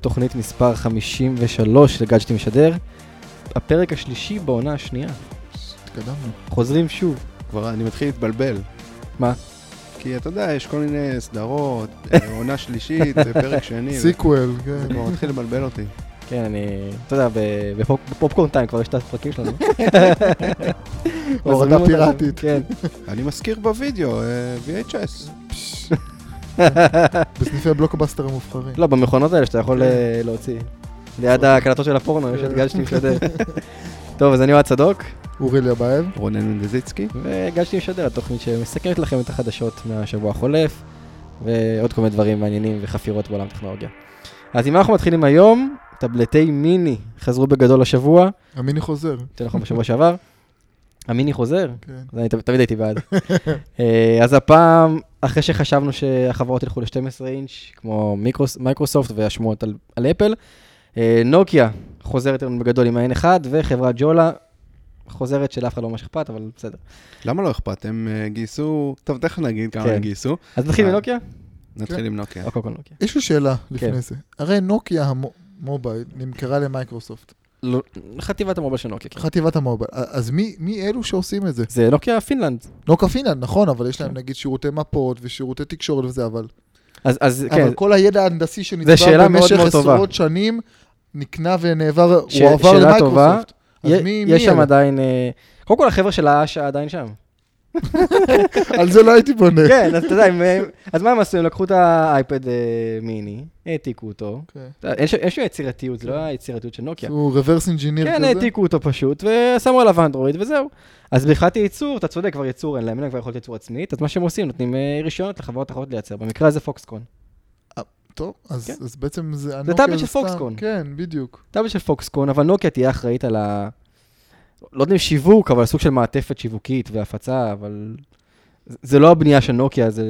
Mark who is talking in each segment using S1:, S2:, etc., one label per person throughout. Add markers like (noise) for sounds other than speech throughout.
S1: תוכנית מספר 53 לגאדג'טי משדר. הפרק השלישי בעונה השנייה.
S2: התקדמנו.
S1: חוזרים שוב.
S2: כבר אני מתחיל להתבלבל.
S1: מה?
S2: כי אתה יודע, יש כל מיני סדרות, אה,
S1: (laughs)
S2: עונה שלישית, אה, פרק שני. זה
S3: סיקוול, כן.
S2: כבר מתחיל לבלבל אותי.
S1: כן, אני... אתה יודע, ב- בפופ- בפופקורן טיים כבר יש את הפרקים (laughs) שלנו.
S3: הזנה
S1: הורגים אותנו,
S3: פיראטית.
S1: כן.
S2: אני מזכיר בווידאו, אה, VHS.
S3: פש. בסניפי הבלוקבאסטר המובחרים.
S1: לא, במכונות האלה שאתה יכול אה, להוציא. ליד ההקלטות של הפורנו, יש את גאדג'טי (laughs) משדר. טוב, אז אני אוהד צדוק,
S3: אורי ליבייב,
S2: רונן מנדזיצקי.
S1: וגאדג'טי משדר, התוכנית שמסקרת לכם את החדשות מהשבוע החולף, ועוד כל מיני דברים מעניינים וחפירות בעולם הטכנולוגיה. אז עם מה אנחנו מתחילים היום? טבלטי מיני חזרו בגדול השבוע,
S3: המיני חוזר.
S1: יותר נכון בשבוע שעבר. המיני חוזר,
S3: כן.
S1: אז אני תמיד- תמיד הייתי בעד. אה, אז הפעם, אחרי שחשבנו שהחברות ילכו ל-12 אינץ', כמו מיקרוס- מייקרוסופט והשמועות על, על אפל, אה, נוקיה חוזרת לנו בגדול עם ה-N1, וחברת ג'ולה חוזרת שלאף אחד לא ממש אכפת, אבל בסדר.
S2: למה לא אכפת? הם אה, גייסו, טוב, תכף נגיד כמה
S1: כן.
S2: הם גייסו.
S1: אז נתחיל
S2: אה.
S1: מנוקיה?
S2: נתחיל עם נוקיה.
S1: או קודם כל נוקיה.
S3: יש לי שאלה
S1: כן.
S3: לפני זה. הרי נוקיה המובייל נמכרה למייקרוסופט.
S1: לא, חטיבת המוביל של נוקיה. כן.
S3: חטיבת המובייל. אז מי- מי אלו שעושים את זה?
S1: זה נוקיה פינלנד.
S3: נוקה פינלנד, נכון, אבל יש להם
S1: כן.
S3: נגיד שירותי מפות ושירותי תקשורת וזה, אבל...
S1: אז, אז כן,
S3: אבל כל הידע ההנדסי
S1: שאלה
S3: שנצבר
S1: מאוד
S3: במשך
S1: מאוד טובה.
S3: עשרות שנים, נקנה ונעבר,
S1: ש-
S3: הוא עבר
S1: שאלה טובה.
S3: למייקרוסופט. אז
S1: י-
S3: מי-
S1: יש
S3: מי
S1: שם
S3: אלה?
S1: עדיין, אה, קודם כל החבר'ה של האשה עדיין שם.
S3: על זה לא הייתי בונה.
S1: (laughs) כן, אז אתה יודע, הם- הם- אז מה הם עשו? הם לקחו את האייפד אה, מיני, העתיקו אותו.
S3: כן.
S1: אתה יודע, אין שם- אין שם יצירתיות, זה לא היצירתיות של נוקיה.
S3: הוא רוורס אינג'יניר
S1: כן,
S3: כזה.
S1: העתיקו אותו פשוט, ושמו עליו אנדרואיד וזהו. אז מבחינת הייצור, אתה צודק, כבר ייצור אין להם, אין להם כבר יכולת ייצור עצמית, אז מה שהם עושים, נותנים אה, רישיונות לחברות אחרות לייצר, במקרה הזה פוקסקון.
S3: טוב, אז,
S1: כן.
S3: אז בעצם זה... הנוקיה
S1: טאבלט של
S3: סתם-
S1: פוקסקון.
S3: כן, בדיוק.
S1: טאבל של פוקסקון, אבל נוקיה תהיה אחראית על ה... לא יודעים שיווק, אבל סוג של מעטפת שיווקית והפצה, אבל... זה- זה לא הבנייה של נוקיה, זה,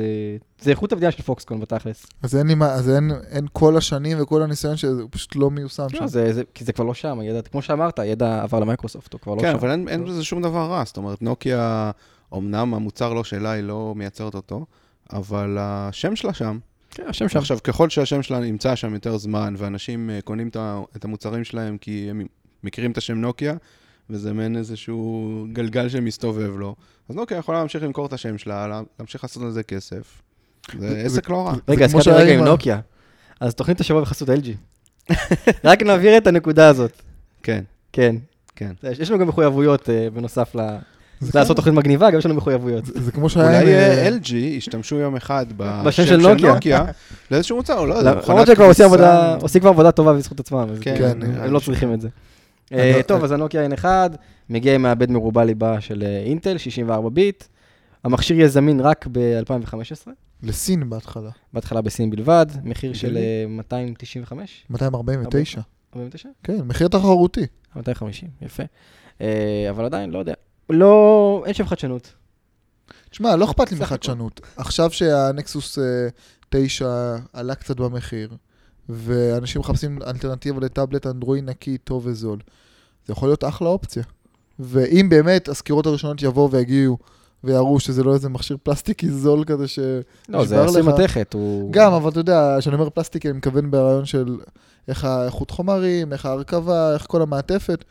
S1: זה איכות הבנייה של פוקסקון בתכלס.
S2: כן.
S3: אז אין לי מה, אז אין, אין כל השנים וכל הניסיון שזה הוא פשוט לא מיושם שם.
S1: לא, זה, זה, כי זה כבר לא שם, הידע, כמו שאמרת, הידע עבר למייקרוסופט, הוא כבר לא
S2: כן,
S1: שם.
S2: אבל אין- אין בזה שום דבר רע. זאת אומרת, נוקיה, אמנם המוצר לא שלה, היא לא מייצרת אותו, אבל השם שלה שם.
S1: כן, השם שם.
S2: עכשיו, ככל שהשם שלה נמצא שם יותר זמן, ואנשים אה, קונים את ה- את המוצרים שלהם כי הם מכירים את השם נוקיה, וזה מעין איזשהו גלגל שמסתובב לו, אז נוקיה יכולה להמשיך למכור את השם שלה, לה- להמשיך לעשות על זה כסף. זה עסק לא רע.
S1: רגע,
S3: כמו
S1: הזכרתי
S3: שהיה
S1: רגע
S3: עם
S1: עם
S3: ה-
S1: נוקיה. אז תוכנית השבוע בחסות
S2: (laughs)
S1: LG. רק נבהיר את הנקודה הזאת.
S2: כן,
S1: כן.
S2: כן.
S1: יש יש לנו גם מחויבויות אה, בנוסף ל...
S3: זה
S1: לעשות תוכנית מגניבה, גם יש לנו מחויבויות.
S3: זה, זה כמו שהיה...
S2: אולי אה,
S3: אה,
S2: LG ישתמשו יום אחד
S1: בשם
S2: בשם
S1: של
S2: של
S1: נוקיה.
S2: נוקיה לאיזשהו מוצר, לא יודע,
S1: למרות שכבר עושים
S2: כביסה.
S1: עבודה- עושים כבר עבודה טובה בזכות עצמם, אז
S2: כן,
S3: כן,
S1: הם-
S2: נראה
S1: הם
S2: לי
S1: לא
S2: ש-
S1: צריכים את זה.
S3: אני-
S1: אה,
S3: אני-
S1: טוב, אז הנוקיה N1 מגיע עם מעבד מרובע ליבה של אה, אינטל, 64 ביט. המכשיר יהיה זמין רק ב-2015,
S3: לסין בהתחלה,
S1: בהתחלה בסין בלבד, מחיר של
S2: הגיוני.
S1: אה, 295,
S3: 249.
S1: 49?
S3: כן, מחיר תחרותי.
S1: 250, יפה. אה, אבל עדיין, לא יודע. לא, אין שם חדשנות.
S3: תשמע, לא אכפת לי
S1: סך הכל.
S3: מחדשנות. עכשיו שהנקסוס אה, 9 עלה קצת במחיר, ואנשים מחפשים אלטרנטיבה לטאבלט אנדרואי נקי, טוב וזול, זה יכול להיות אחלה אופציה. ואם באמת הסקירות הראשונות יבואו ויגיעו ויראו שזה לא איזה מכשיר פלסטיקי זול כזה ש...
S1: לא, זה
S3: נשבר
S1: עשוי
S3: לך.
S1: מתכת, הוא...
S3: גם, אבל אתה יודע, כשאני אומר פלסטיק, אני מכוון ברעיון של איך האיכות חומרים, איך ההרכבה, איך כל המעטפת.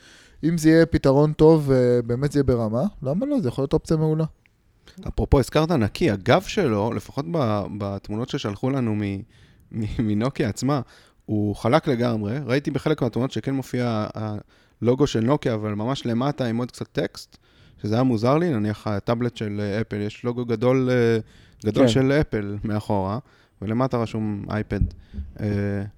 S3: אם זה יהיה פתרון טוב ובאמת זה יהיה ברמה, למה לא? זה יכול להיות אופציה מעולה.
S2: אפרופו, הזכרת נקי, הגב שלו, לפחות ב- בתמונות ששלחו לנו מ- מ- מנוקיה עצמה, הוא חלק לגמרי. ראיתי בחלק מהתמונות שכן מופיע הלוגו של נוקיה, אבל ממש למטה עם עוד קצת טקסט, שזה היה מוזר לי, נניח הטאבלט של אה, אפל, יש לוגו גדול, אה, גדול
S1: כן.
S2: כן. של אפל מאחורה, ולמטה רשום אייפד. אה,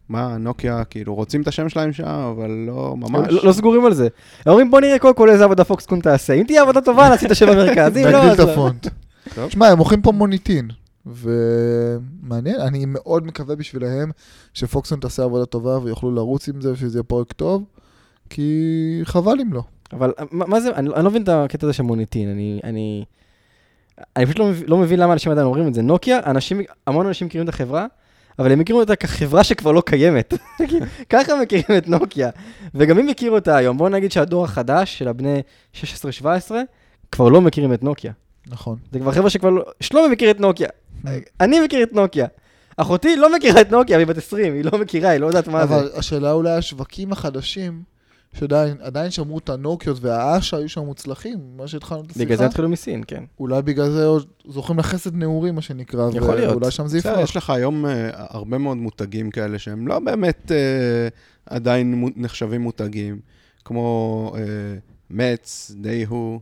S2: מה, נוקיה, כאילו, רוצים את השם שלהם שם, אבל לא ממש.
S1: לא- לא סגורים על זה. הם אומרים, בוא נראה קודם כל איזה עבודה פוקסקון תעשה. אם תהיה עבודה טובה, נעשית שם במרכז. אם לא,
S3: נגדיל
S1: אז
S3: את
S1: לא.
S3: הפונט.
S2: טוב.
S3: שמע, הם מוכרים פה מוניטין, ומעניין, אני מאוד מקווה בשבילהם שפוקסון תעשה עבודה טובה ויוכלו לרוץ עם זה ושזה יהיה פרויקט טוב, כי חבל אם לא.
S1: אבל מה מה זה, אני לא אני לא מבין את הקטע הזה של מוניטין. אני- אני... אני פשוט לא מבין- לא מבין למה אנשים עדיין אומרים את זה. נוקיה, אנשים, המון אנשים מכירים את החברה, אבל הם מכירים אותה כחברה שכבר לא קיימת. (laughs) ככה מכירים את נוקיה. וגם אם הכירו אותה היום, בואו נגיד שהדור החדש, של הבני 16-17, כבר לא מכירים את נוקיה.
S3: נכון.
S1: זה כבר חבר'ה שכבר לא... שלומי מכיר את נוקיה. אני מכיר את נוקיה. אחותי לא מכירה את נוקיה, היא בת 20, היא לא מכירה, היא לא יודעת מה זה.
S3: אבל השאלה אולי השווקים החדשים, שעדיין עדיין שמרו את הנוקיות והאשה, היו שם מוצלחים, מה שהתחלנו את
S1: בגלל זה
S3: השיחה.
S1: התחילו מסין, כן.
S3: אולי בגלל זה עוד זוכים לחסד נעורים, מה שנקרא,
S1: יכול להיות.
S3: ואולי שם זה
S2: בסדר,
S3: יפרח.
S2: יש לך היום אה, הרבה מאוד מותגים כאלה שהם לא באמת אה, עדיין מו- נחשבים מותגים, כמו אה, מצ, דייהו.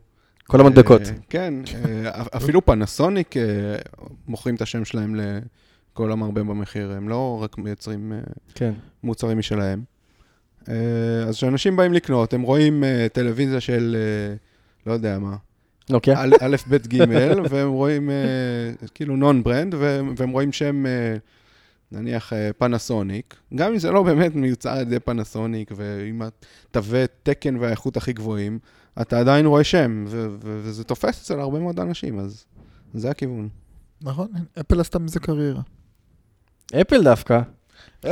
S1: כל המדבקות.
S2: אה, כן, אה, אפ- אפילו פנסוניק אה, מוכרים את השם שלהם לכל המרבה במחיר, הם לא רק מייצרים אה,
S1: כן.
S2: מוצרים משלהם. אה, אז כשאנשים באים לקנות, הם רואים אה, טלוויזיה של, אה, לא יודע מה,
S1: נוקיה?
S2: א', א', ב', ג', והם רואים אה, כאילו נון ברנד, והם והם רואים שם, אה, נניח, אה, פנסוניק, גם אם זה לא באמת מיוצר על ידי פנסוניק, ואם תווה תקן והאיכות הכי גבוהים, אתה עדיין רואה שם, ו- ו- וזה תופס אצל הרבה מאוד אנשים, אז זה הכיוון.
S3: נכון, אפל עשתה מזה קריירה.
S1: אפל דווקא.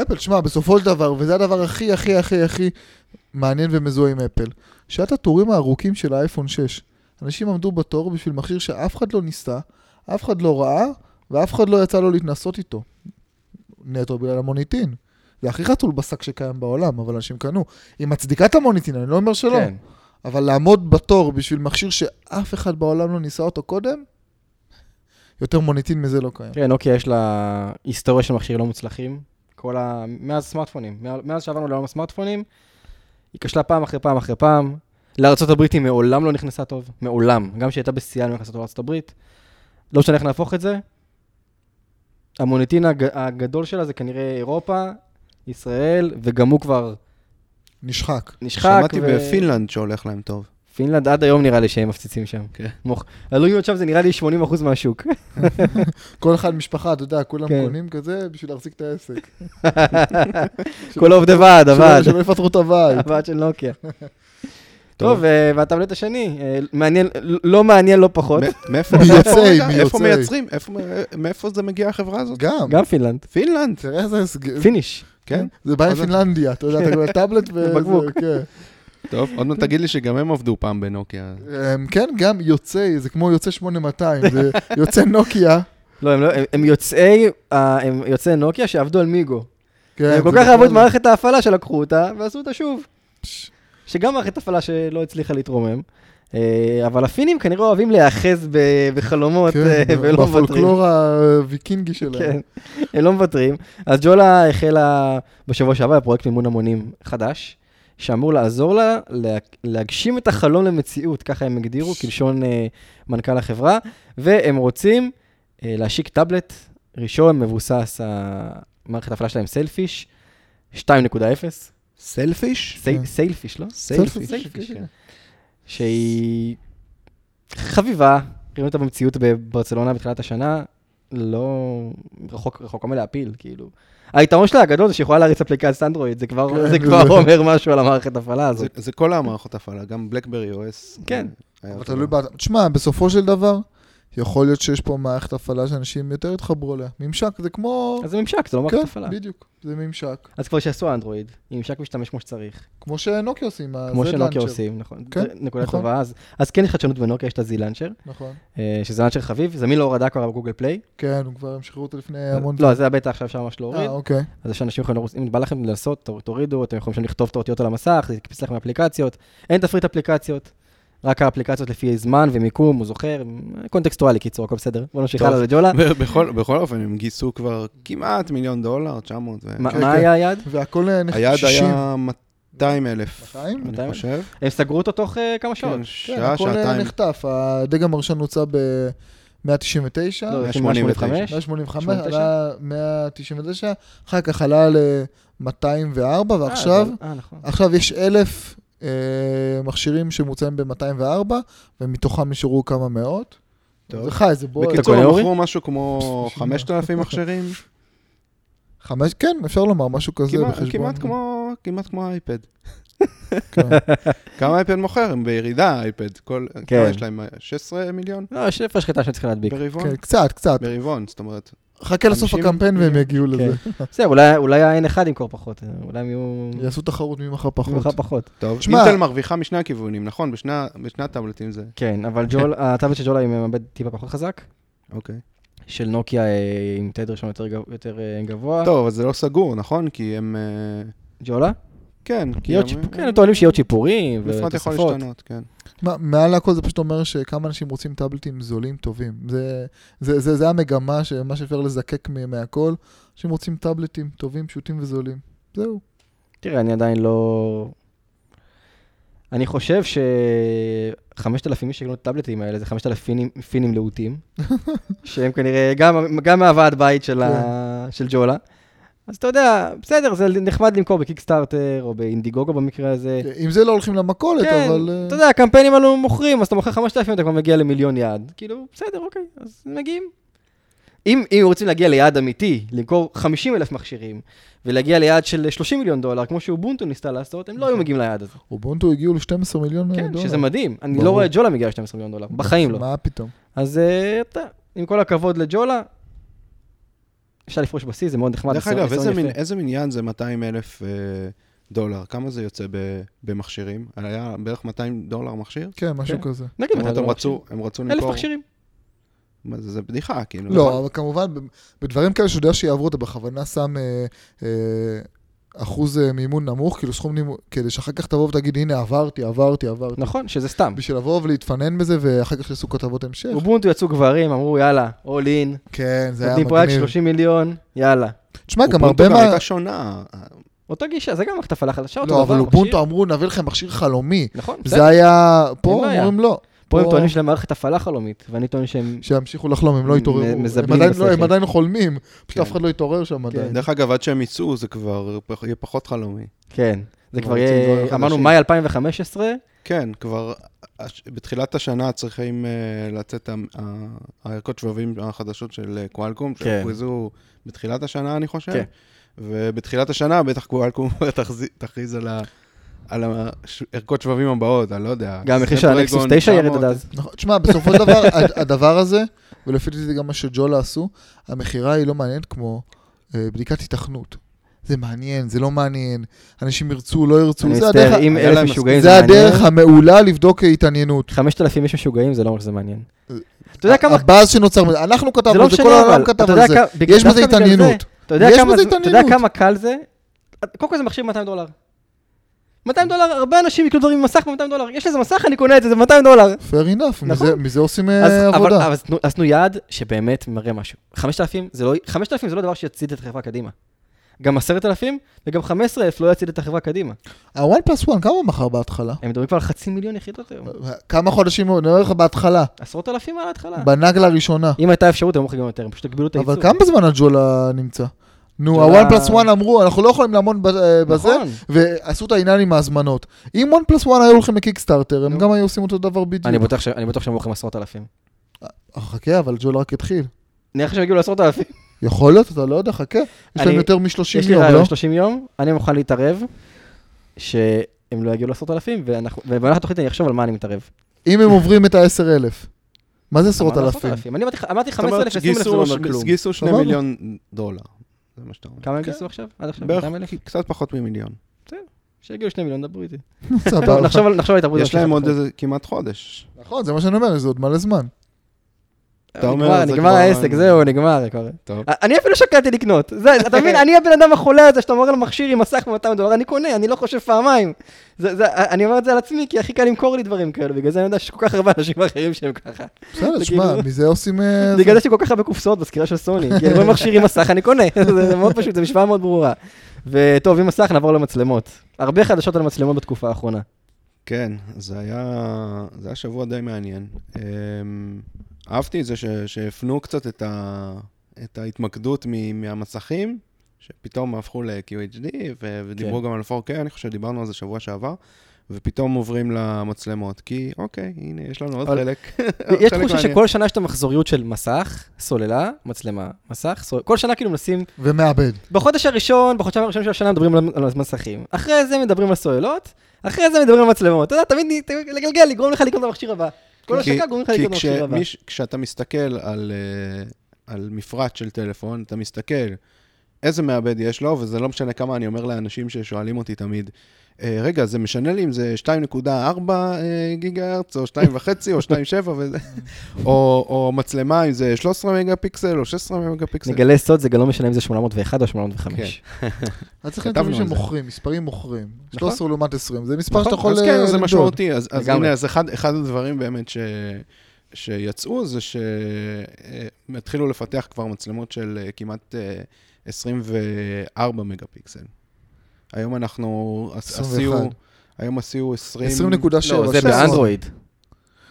S3: אפל, שמע, בסופו של דבר, וזה הדבר הכי הכי הכי הכי מעניין ומזוהה עם אפל, שעת התורים הארוכים של האייפון 6. אנשים עמדו בתור בשביל מכשיר שאף אחד לא ניסה, אף אחד לא ראה, ואף אחד לא יצא לו להתנסות איתו. נטו בגלל המוניטין. זה הכי חתול בשק שקיים בעולם, אבל אנשים קנו. היא מצדיקה את המוניטין, אני לא אומר שלא.
S1: כן.
S3: אבל לעמוד בתור בשביל מכשיר שאף אחד בעולם לא ניסה אותו קודם, יותר מוניטין מזה לא קיים.
S1: כן, נוקיה יש לה היסטוריה של מכשירים לא מוצלחים. כל ה... מאז סמארטפונים. מאז- מאז שעברנו לעולם הסמארטפונים, היא כשלה פעם אחרי פעם אחרי פעם. לארה"ב היא מעולם לא נכנסה טוב. מעולם. גם כשהייתה בשיאה לא נכנסה טוב לארה"ב. לא משנה איך נהפוך את זה. המוניטין הג... הגדול שלה זה כנראה אירופה, ישראל, וגם הוא כבר
S3: נשחק.
S1: נשחק.
S2: שמעתי
S1: ו-
S2: בפינלנד שהולך להם טוב.
S1: פינלנד עד היום נראה לי שהם מפציצים שם. לא
S2: כן.
S1: מוכ... הלוגיות שם זה נראה לי 80%
S2: (laughs)
S1: מהשוק.
S3: כל אחד משפחה, אתה יודע, כולם
S1: כן.
S3: קונים כזה בשביל להחזיק את העסק.
S1: כל עובדי ועד,
S3: שלא-
S1: הוועד.
S3: שלא יפטרו את הבית.
S1: הוועד של נוקיה.
S3: (laughs)
S1: טוב, אה, והטאבלט השני, אה, מעניין, לא מעניין לא פחות,
S2: מ- (laughs) מאיפה,
S3: מיוצאי,
S2: איפה- רגע,
S3: מיוצאי.
S2: איפה מייצרים? איפה- מאיפה זה מגיע החברה הזאת?
S3: גם.
S1: גם פינלנד,
S2: פינלנד,
S3: תראה איזה הסגר.
S1: פיניש.
S2: (laughs) כן.
S3: זה בא עם
S2: עוד מעט.
S3: פינלנדיה, אתה יודע,
S1: כן.
S3: אתה קורא טאבלט ו...
S1: בבקבוק.
S3: זה, כן.
S2: טוב, עוד מעט תגיד לי שגם הם עבדו פעם בנוקיה.
S3: הם, כן, גם יוצאי, זה כמו יוצא 8200, זה יוצא נוקיה.
S1: לא, הם לא- הם- הם יוצאי אה, הם יוצאי נוקיה שעבדו על מיגו.
S3: כן,
S1: הם כל
S3: זה
S1: כך אהבו את
S3: בכלל-
S1: מערכת ההפעלה שלקחו אותה, ועשו אותה שוב.
S3: פש,
S1: שגם מערכת הפעלה שלא הצליחה להתרומם. אה, אבל הפינים כנראה אוהבים להיאחז ב- בחלומות אה,
S3: כן,
S1: ולא מוותרים.
S3: בפולקלור הוויקינגי שלהם.
S1: כן, הם לא מוותרים. אז ג'ולה החלה בשבוע שעבר פרויקט מימון המונים חדש, שאמור לעזור לה לה- להגשים את החלום למציאות, ככה הם הגדירו, כלשון אה, מנכ"ל החברה, והם רוצים אה, להשיק טאבלט ראשון, מבוסס ה- מערכת ההפעלה שלהם סלפיש, 2.0,
S2: סלפיש?
S1: סי-
S3: כן.
S1: סיילפיש, לא?
S3: סלפיש,
S1: סיילפיש,
S2: כן.
S1: כן. שהיא חביבה, ראינו אותה במציאות בברצלונה בתחילת השנה, לא רחוק, רחוקה מלהפיל, כאילו. היתרון שלה הגדול זה שהיא יכולה להריץ אפליקציה אנדרואיד, זה כבר,
S3: כן,
S1: זה כבר
S3: (laughs) זה-
S1: אומר משהו על המערכת הפעלה
S2: זה,
S1: הזאת.
S2: זה כל המערכות הפעלה, גם בלקברי OS.
S1: כן.
S2: אה, היה
S3: אבל
S2: אותו
S3: תלוי
S2: דבר.
S3: ב... תשמע, בסופו של דבר, יכול להיות שיש פה מערכת הפעלה שאנשים יותר התחברו אליה. ממשק זה כמו...
S1: אז זה ממשק, זה לא מערכת הפעלה.
S3: כן, בדיוק. זה ממשק.
S1: אז כבר שעשו אנדרואיד, עם ממשק משתמש כמו שצריך.
S3: כמו שנוקיה עושים. ה-
S1: כמו
S3: Z-Launcher.
S1: שנוקיה עושים, נכון.
S3: כן,
S1: זה נקודה
S3: נכון.
S1: טובה. אז- אז כן יש חדשנות בנוקיה, יש את הזילנצ'ר,
S3: נכון.
S1: אה, שזה לאנצ'ר חביב, זמין להורדה כבר בגוגל פליי.
S3: כן, הוא כבר הם שחררו אותו לפני אה, המון...
S1: לא, זה הבטא עכשיו אפשר ממש
S3: אה,
S1: להוריד.
S3: אוקיי.
S1: אז יש אנשים יכולים לרוץ, אם בא לכם לעשות, תור- תורידו, אתם יכולים שם לכתוב את האותיות על המסך, זה יקפיץ לכם אפליקציות. אין תפריט אפליקציות, רק האפליקציות לפי זמן ומיקום, הוא זוכר, קונטקסטואלי קיצור, הכל בסדר. בוא נמשיך
S2: טוב.
S1: הלאה לג'ולה.
S2: ב- בכל, בכל אופן, הם גייסו כבר כמעט מיליון דולר, 900. ו...
S1: מה
S3: כן,
S1: מה
S3: כן.
S1: היה היעד?
S3: והכל אה, נח-
S2: היעד
S3: 60.
S2: היה 200 אלף,
S3: 200?
S2: אני
S1: 200,000?
S2: חושב.
S1: הם סגרו אותו תוך אה, כמה שעות.
S2: כן,
S3: כן,
S2: שעה,
S3: הכל אה,
S2: שעתיים.
S3: נחטף. הדגם הראשון הוצא ב-199.
S1: לא, לפי
S2: 189.
S1: 185.
S3: 185,
S1: 89?
S3: עלה 199, אחר כך עלה ל-204, ועכשיו,
S1: אה, זה- אה, נכון.
S3: לא, עכשיו יש אלף אה, מכשירים שמוצאים ב-204, ומתוכם נשארו כמה מאות.
S2: טוב.
S3: זה חי, זה בועט.
S1: אתה
S2: בקיצור,
S1: קונה,
S2: הם
S1: אורי?
S2: מכרו משהו כמו
S3: פס, (laughs)
S2: 5,000 מכשירים,
S3: חמש, כן, אפשר לומר, משהו כזה
S2: כמעט-
S3: בחשבון.
S2: כמעט כמו כמעט כמו האייפד.
S3: כן.
S2: (laughs) כמה אייפד מוכר? הם בירידה, האייפד. כל-
S1: כן.
S2: כמה יש להם? 16 מיליון?
S1: לא, יש איפה שחיטה שצריך להדביק.
S2: ברבעון?
S3: כן, קצת, קצת.
S2: ברבעון, זאת אומרת.
S3: חכה לסוף
S2: 50
S3: הקמפיין והם יגיעו
S1: כן.
S3: לזה.
S1: בסדר, אולי- אולי ה-N1 ימכור פחות, אה, אולי הם יהיו...
S3: יעשו תחרות מי מכר פחות.
S1: ימכר פחות.
S2: טוב,
S3: שמע-
S2: אינטל מרוויחה משני הכיוונים, נכון? בשני ה- בשני הטאבלטים זה.
S3: כן.
S1: כן, אבל ג'ול- הטאבלט של ג'ולה היא מאבד טיפה פחות חזק.
S2: אוקיי.
S1: של נוקיה אה, עם תדר שם יותר גב- יותר, אה, גבוה.
S2: טוב, אבל זה לא סגור, נכון? כי הם... אה,
S1: ג'ולה?
S2: כן,
S1: כי
S2: כי
S1: עוד
S2: הם...
S1: שיפור- כן, הם טוענים שיהיה עוד שיפורים
S2: מפרט יכול
S1: ותוספות.
S2: להשתנות, כן.
S3: מה- מעל הכל זה פשוט אומר שכמה אנשים רוצים טאבלטים זולים טובים. זה, זה, זה, זה המגמה, שמה שאפשר לזקק מ- מהכל, אנשים רוצים טאבלטים טובים, פשוטים וזולים. זהו.
S1: תראה, אני עדיין לא... אני חושב ש-5,000 מי שקנו את הטאבלטים האלה זה 5,000 פינים, פינים להוטים, שהם כנראה גם, גם מהוועד בית של, ה... של ג'ולה. אז אתה יודע, בסדר, זה נחמד למכור בקיקסטארטר או באינדיגוגו במקרה הזה.
S3: עם זה לא הולכים למכולת,
S1: כן,
S3: אבל... אה,
S1: אתה יודע, הקמפיינים האלו מוכרים, אז אתה מוכר 5,000, אתה כבר מגיע למיליון יעד. כאילו, בסדר, אוקיי, אז מגיעים. אם, אם רוצים להגיע ליעד אמיתי, למכור 50 אלף מכשירים, ולהגיע ליעד של 30 מיליון דולר, כמו שאובונטו ניסתה לעשות, הם לא
S2: נכון.
S1: היו מגיעים ליעד
S2: אה,
S1: הזה.
S3: אובונטו הגיעו ל-12 מיליון אה,
S1: כן,
S3: דולר.
S1: שזה מדהים. אני לא
S3: ברור.
S1: רואה את ג'ולה מגיעה ל-12 מיליון
S2: נכון.
S1: דולר, בחיים לא.
S3: מה פתאום?
S1: אז אה, אתה, עם כל הכבוד לג'ולה, אפשר לפרוש בשיא, זה מאוד נחמד.
S2: דרך
S1: זה
S2: אגב,
S1: סרטון
S2: איזה
S1: יפה.
S2: מין- איזה מין יעד זה 200 אלף אה, דולר? כמה זה יוצא ב- במכשירים? היה בערך 200 דולר מכשיר?
S3: כן, משהו
S1: כן.
S3: כזה.
S1: נגיד,
S2: זאת אומרת,
S1: אבל-
S2: הם רצו, הם רצו
S1: אלף
S2: למכור...
S1: מכשירים.
S2: מה זה, זה בדיחה, כאילו.
S3: לא,
S1: נכון.
S3: אבל כמובן, ב- בדברים כאלה שהוא יודע שיעברו, אתה בכוונה שם אה, אה, אחוז אה, מימון נמוך, כאילו סכום מימון, כדי שאחר כך תבוא ותגיד, הנה, עברתי, עברתי, עברתי.
S1: נכון, שזה סתם.
S3: בשביל לבוא ולהתפנן בזה, ואחר כך יעשו כתבות המשך.
S1: אובונטו יצאו גברים, אמרו, יאללה, all in,
S3: כן, זה
S1: נכון.
S3: היה
S1: נותנים פרויקט
S3: מגניב.
S1: 30 מיליון, יאללה.
S3: תשמע, גם
S2: אובונטו
S3: הרבה
S2: גם
S3: מה...
S2: הייתה שונה.
S1: אותה גישה, זה גם החטפה לחלשה, אותו
S3: לא,
S1: דבר,
S3: אבל
S1: מכשיר.
S3: אובונטו אמרו, נביא לכם מכשיר חלומי.
S1: נכון,
S3: זה
S1: בסדר.
S3: היה...
S1: אין
S3: פה
S1: בעיה.
S3: אומרים לא.
S1: פה הם
S3: פה-
S1: טוענים שלהם מערכת הפעלה חלומית, ואני טוען שהם...
S3: שימשיכו לחלום, הם לא
S1: מ-
S3: התעוררו. הם
S1: מזבלים
S3: עדיין לא- הם
S1: בשכל.
S3: עדיין חולמים, פשוט
S2: כן.
S3: אף אחד לא התעורר שם
S1: כן.
S3: עדיין.
S2: דרך אגב, עד שהם יצאו, זה כבר פח- יהיה פחות חלומי.
S1: כן, זה
S2: הם
S1: כבר
S2: רוצים דברים
S1: יהיה,
S2: חדשים.
S1: אמרנו מאי 2015,
S3: אה,
S2: כן, כבר הש- בתחילת השנה צריכים אה, לצאת ה- ה- הערכות שבבים החדשות של אה, קואלקום,
S1: כן.
S2: שהוכרזו בתחילת השנה, אני חושב.
S1: כן.
S2: ובתחילת השנה בטח קואלקום (laughs) תחזי- תכריז על ה- על הערכות שבבים הבאות, אני לא יודע.
S1: גם המחיר של הנקסוס
S2: סנטרגון
S1: 9 ירד עד
S2: 900.
S1: אז.
S3: נכון, תשמע, בסופו של דבר, הד- הדבר הזה, ולפי דעתי זה גם מה שג'ולה עשו, המכירה היא לא מעניינת כמו אה, בדיקת היתכנות. זה מעניין, זה לא מעניין, אנשים ירצו, לא ירצו,
S1: אני
S3: זה
S1: מצטער,
S3: הדרך-
S1: אם
S2: היה
S1: אלף
S2: להם
S1: משוגעים זה
S3: זה
S1: מעניין,
S3: הדרך המעולה לבדוק התעניינות.
S1: 5,000 איש משוגעים זה לא אומר שזה מעניין.
S3: אה,
S1: אתה יודע כמה...
S3: הבאז שנוצר, מזה,
S1: זה
S3: אנחנו
S1: לא
S3: כתבנו את זה,
S1: משנה
S3: כל העולם
S1: אבל, אתה
S3: כתב
S1: יודע
S3: על זה.
S1: כמה- בגלל-
S3: יש בזה
S1: דווקא בגלל זה,
S3: התעניינות.
S1: אתה יודע
S3: יש
S1: כמה
S3: בזה
S1: זה- אתה יודע
S3: התעניינות.
S1: כמה קל זה? קודם כל זה מכשיר 200 דולר. 200 דולר, הרבה אנשים יקנו דברים במסך ב-200 דולר. יש לזה מסך, אני קונה את זה, זה 200 דולר.
S3: fair enough, מזה-
S1: נכון.
S3: מזה עושים
S1: אז-
S3: אה,
S1: אבל-
S3: עבודה.
S1: אבל עשינו- עשינו יעד שבאמת מראה משהו. 5,000 זה לא- 5,000 זה לא דבר שיצעיד את החברה קדימה. גם 10,000 וגם 15,000 לא יצעיד את החברה קדימה.
S3: הוואן פלאס וואן, כמה מכר בהתחלה?
S1: הם מדברים כבר על חצי מיליון יחידות היום.
S3: כמה חודשים, אני אומר לך בהתחלה,
S1: עשרות אלפים על ההתחלה.
S3: בנגלה הראשונה.
S1: אם הייתה אפשרות, הם אמרו לך גם יותר, הם פשוט הגבילו את הייצור.
S3: אבל כמה בזמן הג'ולה נמצא? נו,
S1: ג'ולה-
S3: הוואן פלאס וואן אמרו, אנחנו לא יכולים לעמוד ב- אה, בזה,
S1: נכון.
S3: ועשו את העניין עם ההזמנות. אם וואן פלאס וואן היו הולכים לקיקסטארטר,
S1: נו.
S3: הם גם היו עושים אותו דבר בדיוק.
S1: אני בטוח ש- אני בטוח שהם מוכרים עשרות אלפים.
S3: אה, חכה, אבל ג'ולה רק התחיל.
S1: נראה לך שהם הגיעו לעשרות
S3: (laughs)
S1: אלפים.
S3: יכול להיות, אתה לא יודע, חכה. יש
S1: אני-
S3: להם יותר
S1: יש
S3: מ-30
S1: לי
S3: יום, לא?
S1: רעיון 30 יום, אני מוכן להתערב שהם לא יגיעו לעשרות אלפים, ואנחנו- ובמהלך התוכנית אני אחשוב על מה אני מתערב.
S3: אם הם עוברים את ה-10,000. מה זה עשרות
S1: אמרנו עשרות
S3: אלפים?
S1: אני אמרתי- אמרתי
S2: זאת
S1: 15,000,
S2: אומרת,
S1: 20,000 זה לא אומר
S2: שגיסו-
S1: כלום.
S2: גייסו 2
S3: סבבה.
S2: מיליון דולר. זה מה שאתה אומר.
S1: כמה הם
S2: כן.
S1: גייסו עכשיו? עד עכשיו?
S2: בערך
S1: 200,000?
S2: קצת פחות ממיליון.
S1: שיגיעו שני מיליון, דברו איתי.
S3: סבבה.
S1: טוב, נחשוב על נחשוב על התערבות.
S2: יש להם עוד איזה כמעט חודש.
S3: נכון, זה מה שאני אומר, זה עוד מלא זמן.
S2: אתה אומר,
S1: נגמר-
S2: זה
S1: נגמר
S2: כבר-
S1: העסק, זהו, נגמר כבר.
S2: טוב.
S1: אני אפילו שקלתי לקנות. זה-
S2: אוקיי.
S1: אתה מבין, אני הבן אדם החולה הזה שאתה אומר על מכשיר עם מסך ב-200 דולר, אני קונה, אני לא חושב פעמיים. זה- זה- אני אומר את זה על עצמי, כי הכי קל למכור לי דברים כאלה, בגלל זה אני יודע שיש כל כך הרבה אנשים אחרים שהם ככה.
S2: אה,
S3: בסדר,
S1: זה
S3: שמע,
S1: כאילו-
S3: מזה עושים... אה,
S1: בגלל זה יש לי כל כך הרבה קופסאות בסקירה של סוני, כי אני רואה מכשיר עם מסך, אני קונה. זה זה מאוד פשוט, זו משוואה מאוד ברורה. וטוב, עם מסך נעבור למצלמות. הרבה חדשות על מצלמות בתקופה האחרונה.
S2: כן, זה היה, זה היה שבוע די מעניין. אמ, אהבתי את זה ש, שהפנו קצת את, ה, את ההתמקדות מ, מהמסכים, שפתאום הפכו ל-QHD, ו, ודיברו
S1: כן.
S2: גם על 4K, אני חושב שדיברנו על זה שבוע שעבר, ופתאום עוברים למצלמות, כי אוקיי, הנה, יש לנו עוד
S1: אבל-
S2: חלק. עוד
S1: יש
S2: (laughs) אה, חלק
S1: תחושה
S2: מעניין.
S1: שכל שנה יש את המחזוריות של מסך, סוללה, מצלמה, מסך, סוללה. כל שנה כאילו מנסים,
S3: ומאבד.
S1: בחודש הראשון, בחודשיים הראשונים של השנה מדברים על- על מסכים. אחרי זה מדברים על סוללות, אחרי זה מדברים על מצלמות. אתה יודע, תמיד תמיד לגלגל, לגרום לך לקנות את המכשיר הבא. כל
S2: כי-
S1: השקה גורמים לך
S2: כי
S1: לקנות את
S2: כש-
S1: המכשיר הבא.
S2: מיש- כשאתה מסתכל על, אה, על מפרט של טלפון, אתה מסתכל איזה מעבד יש לו, וזה לא משנה כמה אני אומר לאנשים ששואלים אותי תמיד, אה, רגע, זה משנה לי אם זה 2.4 אה, גיגה הרץ, או 2.5, או 2.7,
S1: (laughs)
S2: וזה- או או מצלמה, אם זה 13 מגה פיקסל, או 16 מגה פיקסל.
S1: נגלה סוד, זה גם לא משנה אם זה 801 או 805.
S3: אז צריך
S2: כתבנו
S3: לדברים
S2: על זה.
S3: שמוכרים, מספרים מוכרים.
S1: נכון.
S3: 13 לעומת 20, זה מספר שאתה
S2: נכון,
S3: יכול
S2: אז
S3: אה,
S2: כן,
S3: למדוד.
S2: אז זה משמעותי. אז, אז
S1: לגמרי.
S2: הנה, אז אחד, אחד הדברים באמת ש, שיצאו זה שהם התחילו לפתח כבר מצלמות של אה, כמעט אה, 24 מגה פיקסל. היום אנחנו, הס-
S3: 21.
S2: הסיו, היום הסיו 20...
S3: 20.7.
S1: לא, זה
S3: שש עשרה.
S1: באנדרואיד.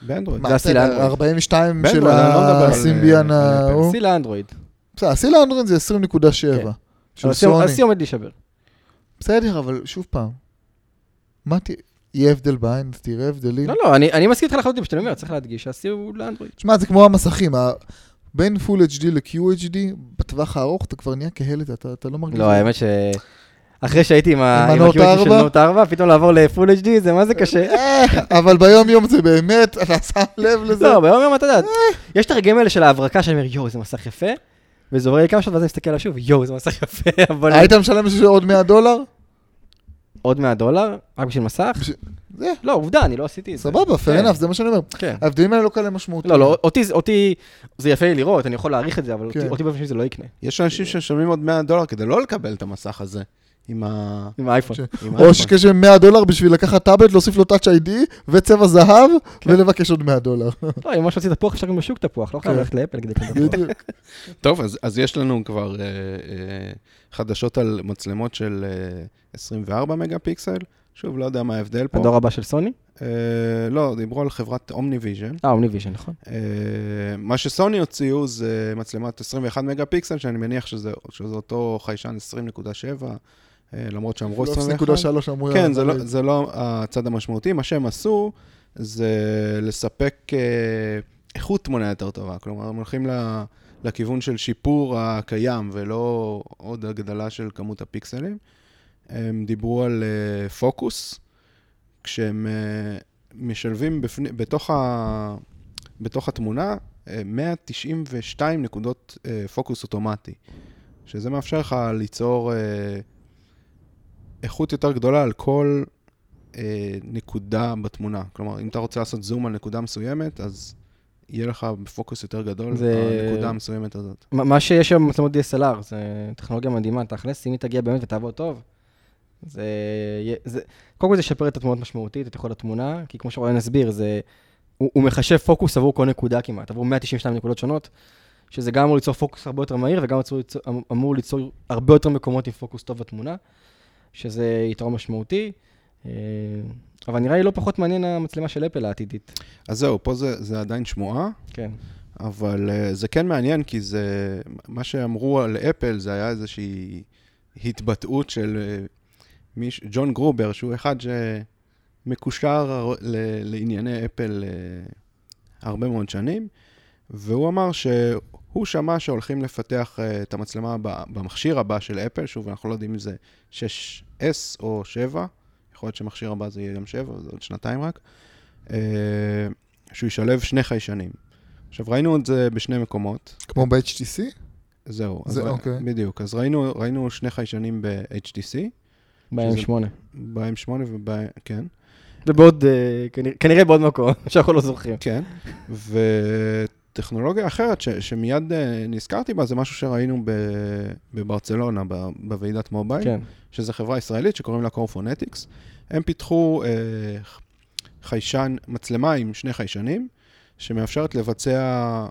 S2: באנדרואיד.
S3: מה,
S1: זה הסי
S3: בסדר,
S1: לאנדרואיד.
S3: 42
S2: בן
S3: של
S2: בן, אני לא מדבר על-
S3: הסymbian
S2: על
S3: ההוא.
S1: סי לאנדרואיד.
S3: בסדר, הסיל האנדרואיד זה 20.7.
S1: כן.
S3: של
S1: אבל השיא-
S3: סוני.
S1: השיא עומד להישבר.
S3: בסדר, אבל שוב פעם. מה ת... יהיה הבדל בעין, אז תראה הבדלים.
S1: לא, לא, אני אני מסכים איתך לחלוטין, שאתה אומר, צריך להדגיש שהשיא הוא לאנדרואיד.
S3: תשמע, זה כמו המסכים. ה... בין full HD ל-QHD, בטווח הארוך אתה כבר נהיה קהלת, אתה, אתה לא מרגיש.
S1: לא, האמת ש... אחרי שהייתי עם ה-
S3: עם
S1: עם
S3: הנוט
S1: ה-QHD של
S3: ארבע?
S1: נוט 4, פתאום לעבור לפול HD, זה מה זה קשה.
S3: אה, אבל ביום-יום זה באמת, אתה שם לב לזה.
S1: לא, ביום יום אתה יודע,
S3: אה.
S1: יש את הרגעים האלה של ההברקה שאני אומר, יואו, זה מסך יפה, וזה עובר לי כמה שעות, ואז אני מסתכל עליו שוב, יואו, זה מסך יפה, (laughs) אבל
S3: היית משלם בשביל עוד 100 דולר?
S1: עוד 100 דולר, רק בשביל מסך?
S3: בשביל- זה,
S1: לא, עובדה, אני לא עשיתי את זה.
S3: סבבה, fair
S1: כן.
S3: enough, זה מה שאני אומר.
S1: כן.
S3: ההבדלים האלה לא כאלה משמעותיים.
S1: לא, לא, אותי, זה- אותי, זה יפה לי לראות, אני יכול להעריך את זה, אבל
S3: כן.
S1: אותי- אותי באופן שלי זה לא יקנה,
S2: יש אנשים ששומעים עוד 100 דולר כדי לא לקבל את המסך הזה. עם ה...
S1: עם האייפון.
S3: ש-
S2: עם האייפון.
S3: או שקשם 100 דולר בשביל לקחת טאבלט, להוסיף לו Touch ID וצבע זהב, ולבקש עוד 100 דולר.
S1: לא, אם ממש רציתי תפוח, אפשר גם בשוק תפוח, לא חייב
S3: כן.
S1: ללכת לאפל כדי לקנות תפוח.
S3: בדיוק.
S2: טוב, אז, אז יש לנו כבר אה, אה, חדשות על מצלמות של אה, 24 מגה פיקסל. שוב, לא יודע מה ההבדל פה.
S1: הדור הבא של סוני?
S2: אה, לא, דיברו על חברת אומניביז'ן.
S1: אה, אומניביז'ן, נכון.
S2: אה, מה שסוני הוציאו זה מצלמת 21 מגה פיקסל, שאני מניח שזה, שזה אותו חיישן 20.7, אה, למרות שאמרו
S3: לא,
S2: 21.
S3: 0.3 אמרו...
S2: כן, זה
S3: אבל-
S2: לא, זה לא הצד המשמעותי. מה שהם עשו זה לספק אה, איכות תמונה יותר טובה. כלומר, הם הולכים ל- לכיוון של שיפור הקיים ולא עוד הגדלה של כמות הפיקסלים. הם דיברו על אה, פוקוס, כשהם אה, משלבים בפני, בתוך, ה, בתוך התמונה אה, 192 נקודות אה, פוקוס אוטומטי, שזה מאפשר לך ליצור... אה, איכות יותר גדולה על כל אה, נקודה בתמונה. כלומר, אם אתה רוצה לעשות זום על נקודה מסוימת, אז יהיה לך פוקוס יותר גדול
S1: זה-
S2: על הנקודה המסוימת הזאת.
S1: מה- מה שיש היום במצלמות DSLR, זו טכנולוגיה מדהימה, תכלס, אם היא תגיע באמת ותעבוד טוב, זה... יהיה- זה- קודם כל זה ישפר את התמונות משמעותית, את יכולת התמונה, כי כמו שרועיון הסביר, זה... הוא הוא מחשב פוקוס עבור כל נקודה כמעט, עבור 192 נקודות שונות, שזה גם אמור ליצור פוקוס הרבה יותר מהיר, וגם אמור ליצור- אמ, אמור ליצור הרבה יותר מקומות עם פוקוס טוב בתמונה, שזה יתרון משמעותי. אה, אבל נראה לי לא פחות מעניין המצלמה של אפל העתידית.
S2: אז זהו, פה זה, זה עדיין שמועה,
S1: כן.
S2: אבל אה, זה כן מעניין, כי זה... מה שאמרו על אפל זה היה איזושהי התבטאות של אה, מיש... ג'ון גרובר, שהוא אחד שמקושר ל... לענייני אפל אה, הרבה מאוד שנים, והוא אמר שהוא שמע שהולכים לפתח אה, את המצלמה הבאה- במכשיר הבא של אפל, שוב, אנחנו לא יודעים אם זה 6S או 7, יכול להיות שמכשיר הבא זה יהיה גם 7, זה עוד שנתיים רק, אה, שהוא ישלב שני חיישנים. עכשיו, ראינו את זה בשני מקומות.
S3: כמו ב-HTC?
S2: זהו,
S3: זה-
S2: אז,
S3: אוקיי.
S2: בדיוק. אז ראינו, ראינו שני חיישנים ב-HTC,
S1: בימים שמונה.
S2: בהם 8 וב... כן,
S1: ובעוד, אה, כנראה- כנראה בעוד מקום, (laughs) שאנחנו לא זוכרים.
S2: כן. וטכנולוגיה אחרת ש, שמיד אה, נזכרתי בה, זה משהו שראינו ב, בברצלונה, ב, בוועידת מובייל,
S3: אוקיי.
S1: כן.
S2: שזו חברה ישראלית שקוראים לה קורפונטיקס. הם פיתחו אה, ח- חיישן, מצלמה עם שני חיישנים, שמאפשרת לבצע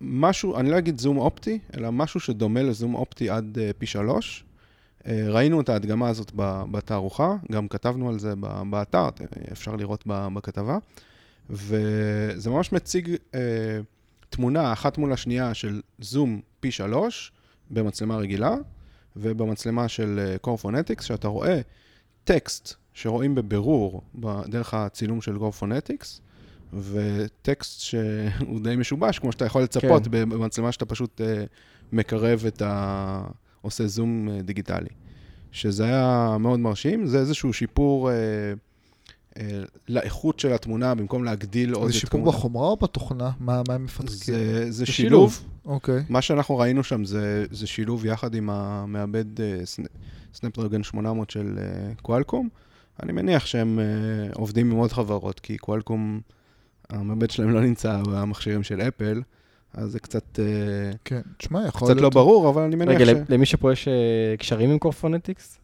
S2: משהו, אני לא אגיד זום אופטי, אלא משהו שדומה לזום אופטי עד אה, פי שלוש. אה, ראינו את ההדגמה הזאת ב- בתערוכה, גם כתבנו על זה ב- באתר, את- אפשר לראות ב- בכתבה. וזה ממש מציג אה, תמונה אחת מול השנייה של זום פי שלוש במצלמה רגילה, ובמצלמה של קורפונטיקס, שאתה רואה טקסט שרואים בבירור ב- דרך הצילום של קורפונטיקס, וטקסט שהוא די משובש, כמו שאתה יכול לצפות כן. במצלמה שאתה פשוט אה, מקרב את ה... עושה זום אה, דיגיטלי. שזה היה מאוד מרשים, זה איזשהו שיפור אה, אה, לאיכות של התמונה, במקום להגדיל עוד
S3: זה
S2: את
S3: שיפור
S2: התמונה.
S3: בחומרה או בתוכנה? מה מה הם מפתחים?
S2: זה, זה
S1: זה
S2: שילוב.
S3: אוקיי.
S2: מה שאנחנו ראינו שם זה, זה שילוב יחד עם המעבד אה, סנ- סנאפדרגן 800 של אה, קואלקום. אני מניח שהם אה, עובדים עם עוד חברות, כי קואלקום, המעבד שלהם לא נמצא במכשירים של אפל, אז זה קצת, אה,
S3: כן, תשמע, יכול
S2: קצת לא ברור, אבל אני מניח
S1: רגע,
S2: ש...
S1: למי שפה יש אה, קשרים עם
S3: (laughs)
S1: קורפונטיקס?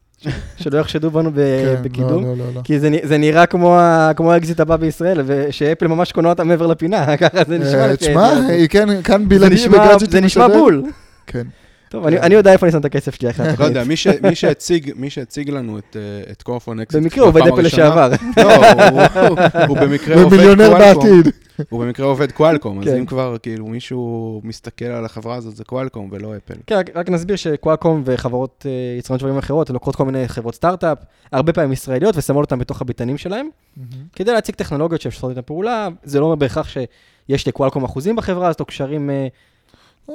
S1: שלא יחשדו בנו ב-
S3: כן,
S1: אה, בקידום?
S3: לא, לא, לא, לא.
S1: כי זה נ- זה נראה כמו ה- כמו האקזיט הבא בישראל, ושאפל ממש קונה אותה מעבר לפינה, (laughs) ככה זה נשמע.
S3: אה,
S1: לפי
S3: תשמע,
S1: ההתנהלות.
S3: היא כן, כאן
S1: זה
S3: בלעדי
S1: נשמע-
S3: בגאדג'טים
S1: זה נשמע
S3: משדר.
S1: בול.
S3: כן.
S1: טוב, אני אני יודע איפה אני שם את הכסף שלי אחרי
S2: (laughs) לא יודע,
S1: התוכנית.
S2: מי
S1: (laughs)
S2: ש- מי שהציג- מי שהציג לנו את, אה, את קורפון אקזיט
S1: במקרה הוא עובד אפל לשעבר. (laughs)
S2: לא, הוא- הוא- הוא במקרה עובד
S3: ומיליונר
S2: קואלקום.
S3: בעתיד.
S2: הוא במקרה עובד קואלקום, אז
S1: כן.
S2: אם כבר כאילו מישהו מסתכל על החברה הזאת, זה קואלקום ולא אפל.
S1: כן, רק- רק נסביר שקואקום וחברות אה, יצרניות דברים אחרות, הן לוקחות כל מיני חברות סטארט-אפ, הרבה פעמים ישראליות, ושמות אותן בתוך הביתנים שלהם, כדי להציג טכנולוגיות שאפשרות איתן פעולה. זה לא אומר בהכרח שיש לקואקום אחוזים בחברה, אז לא קשרים אה,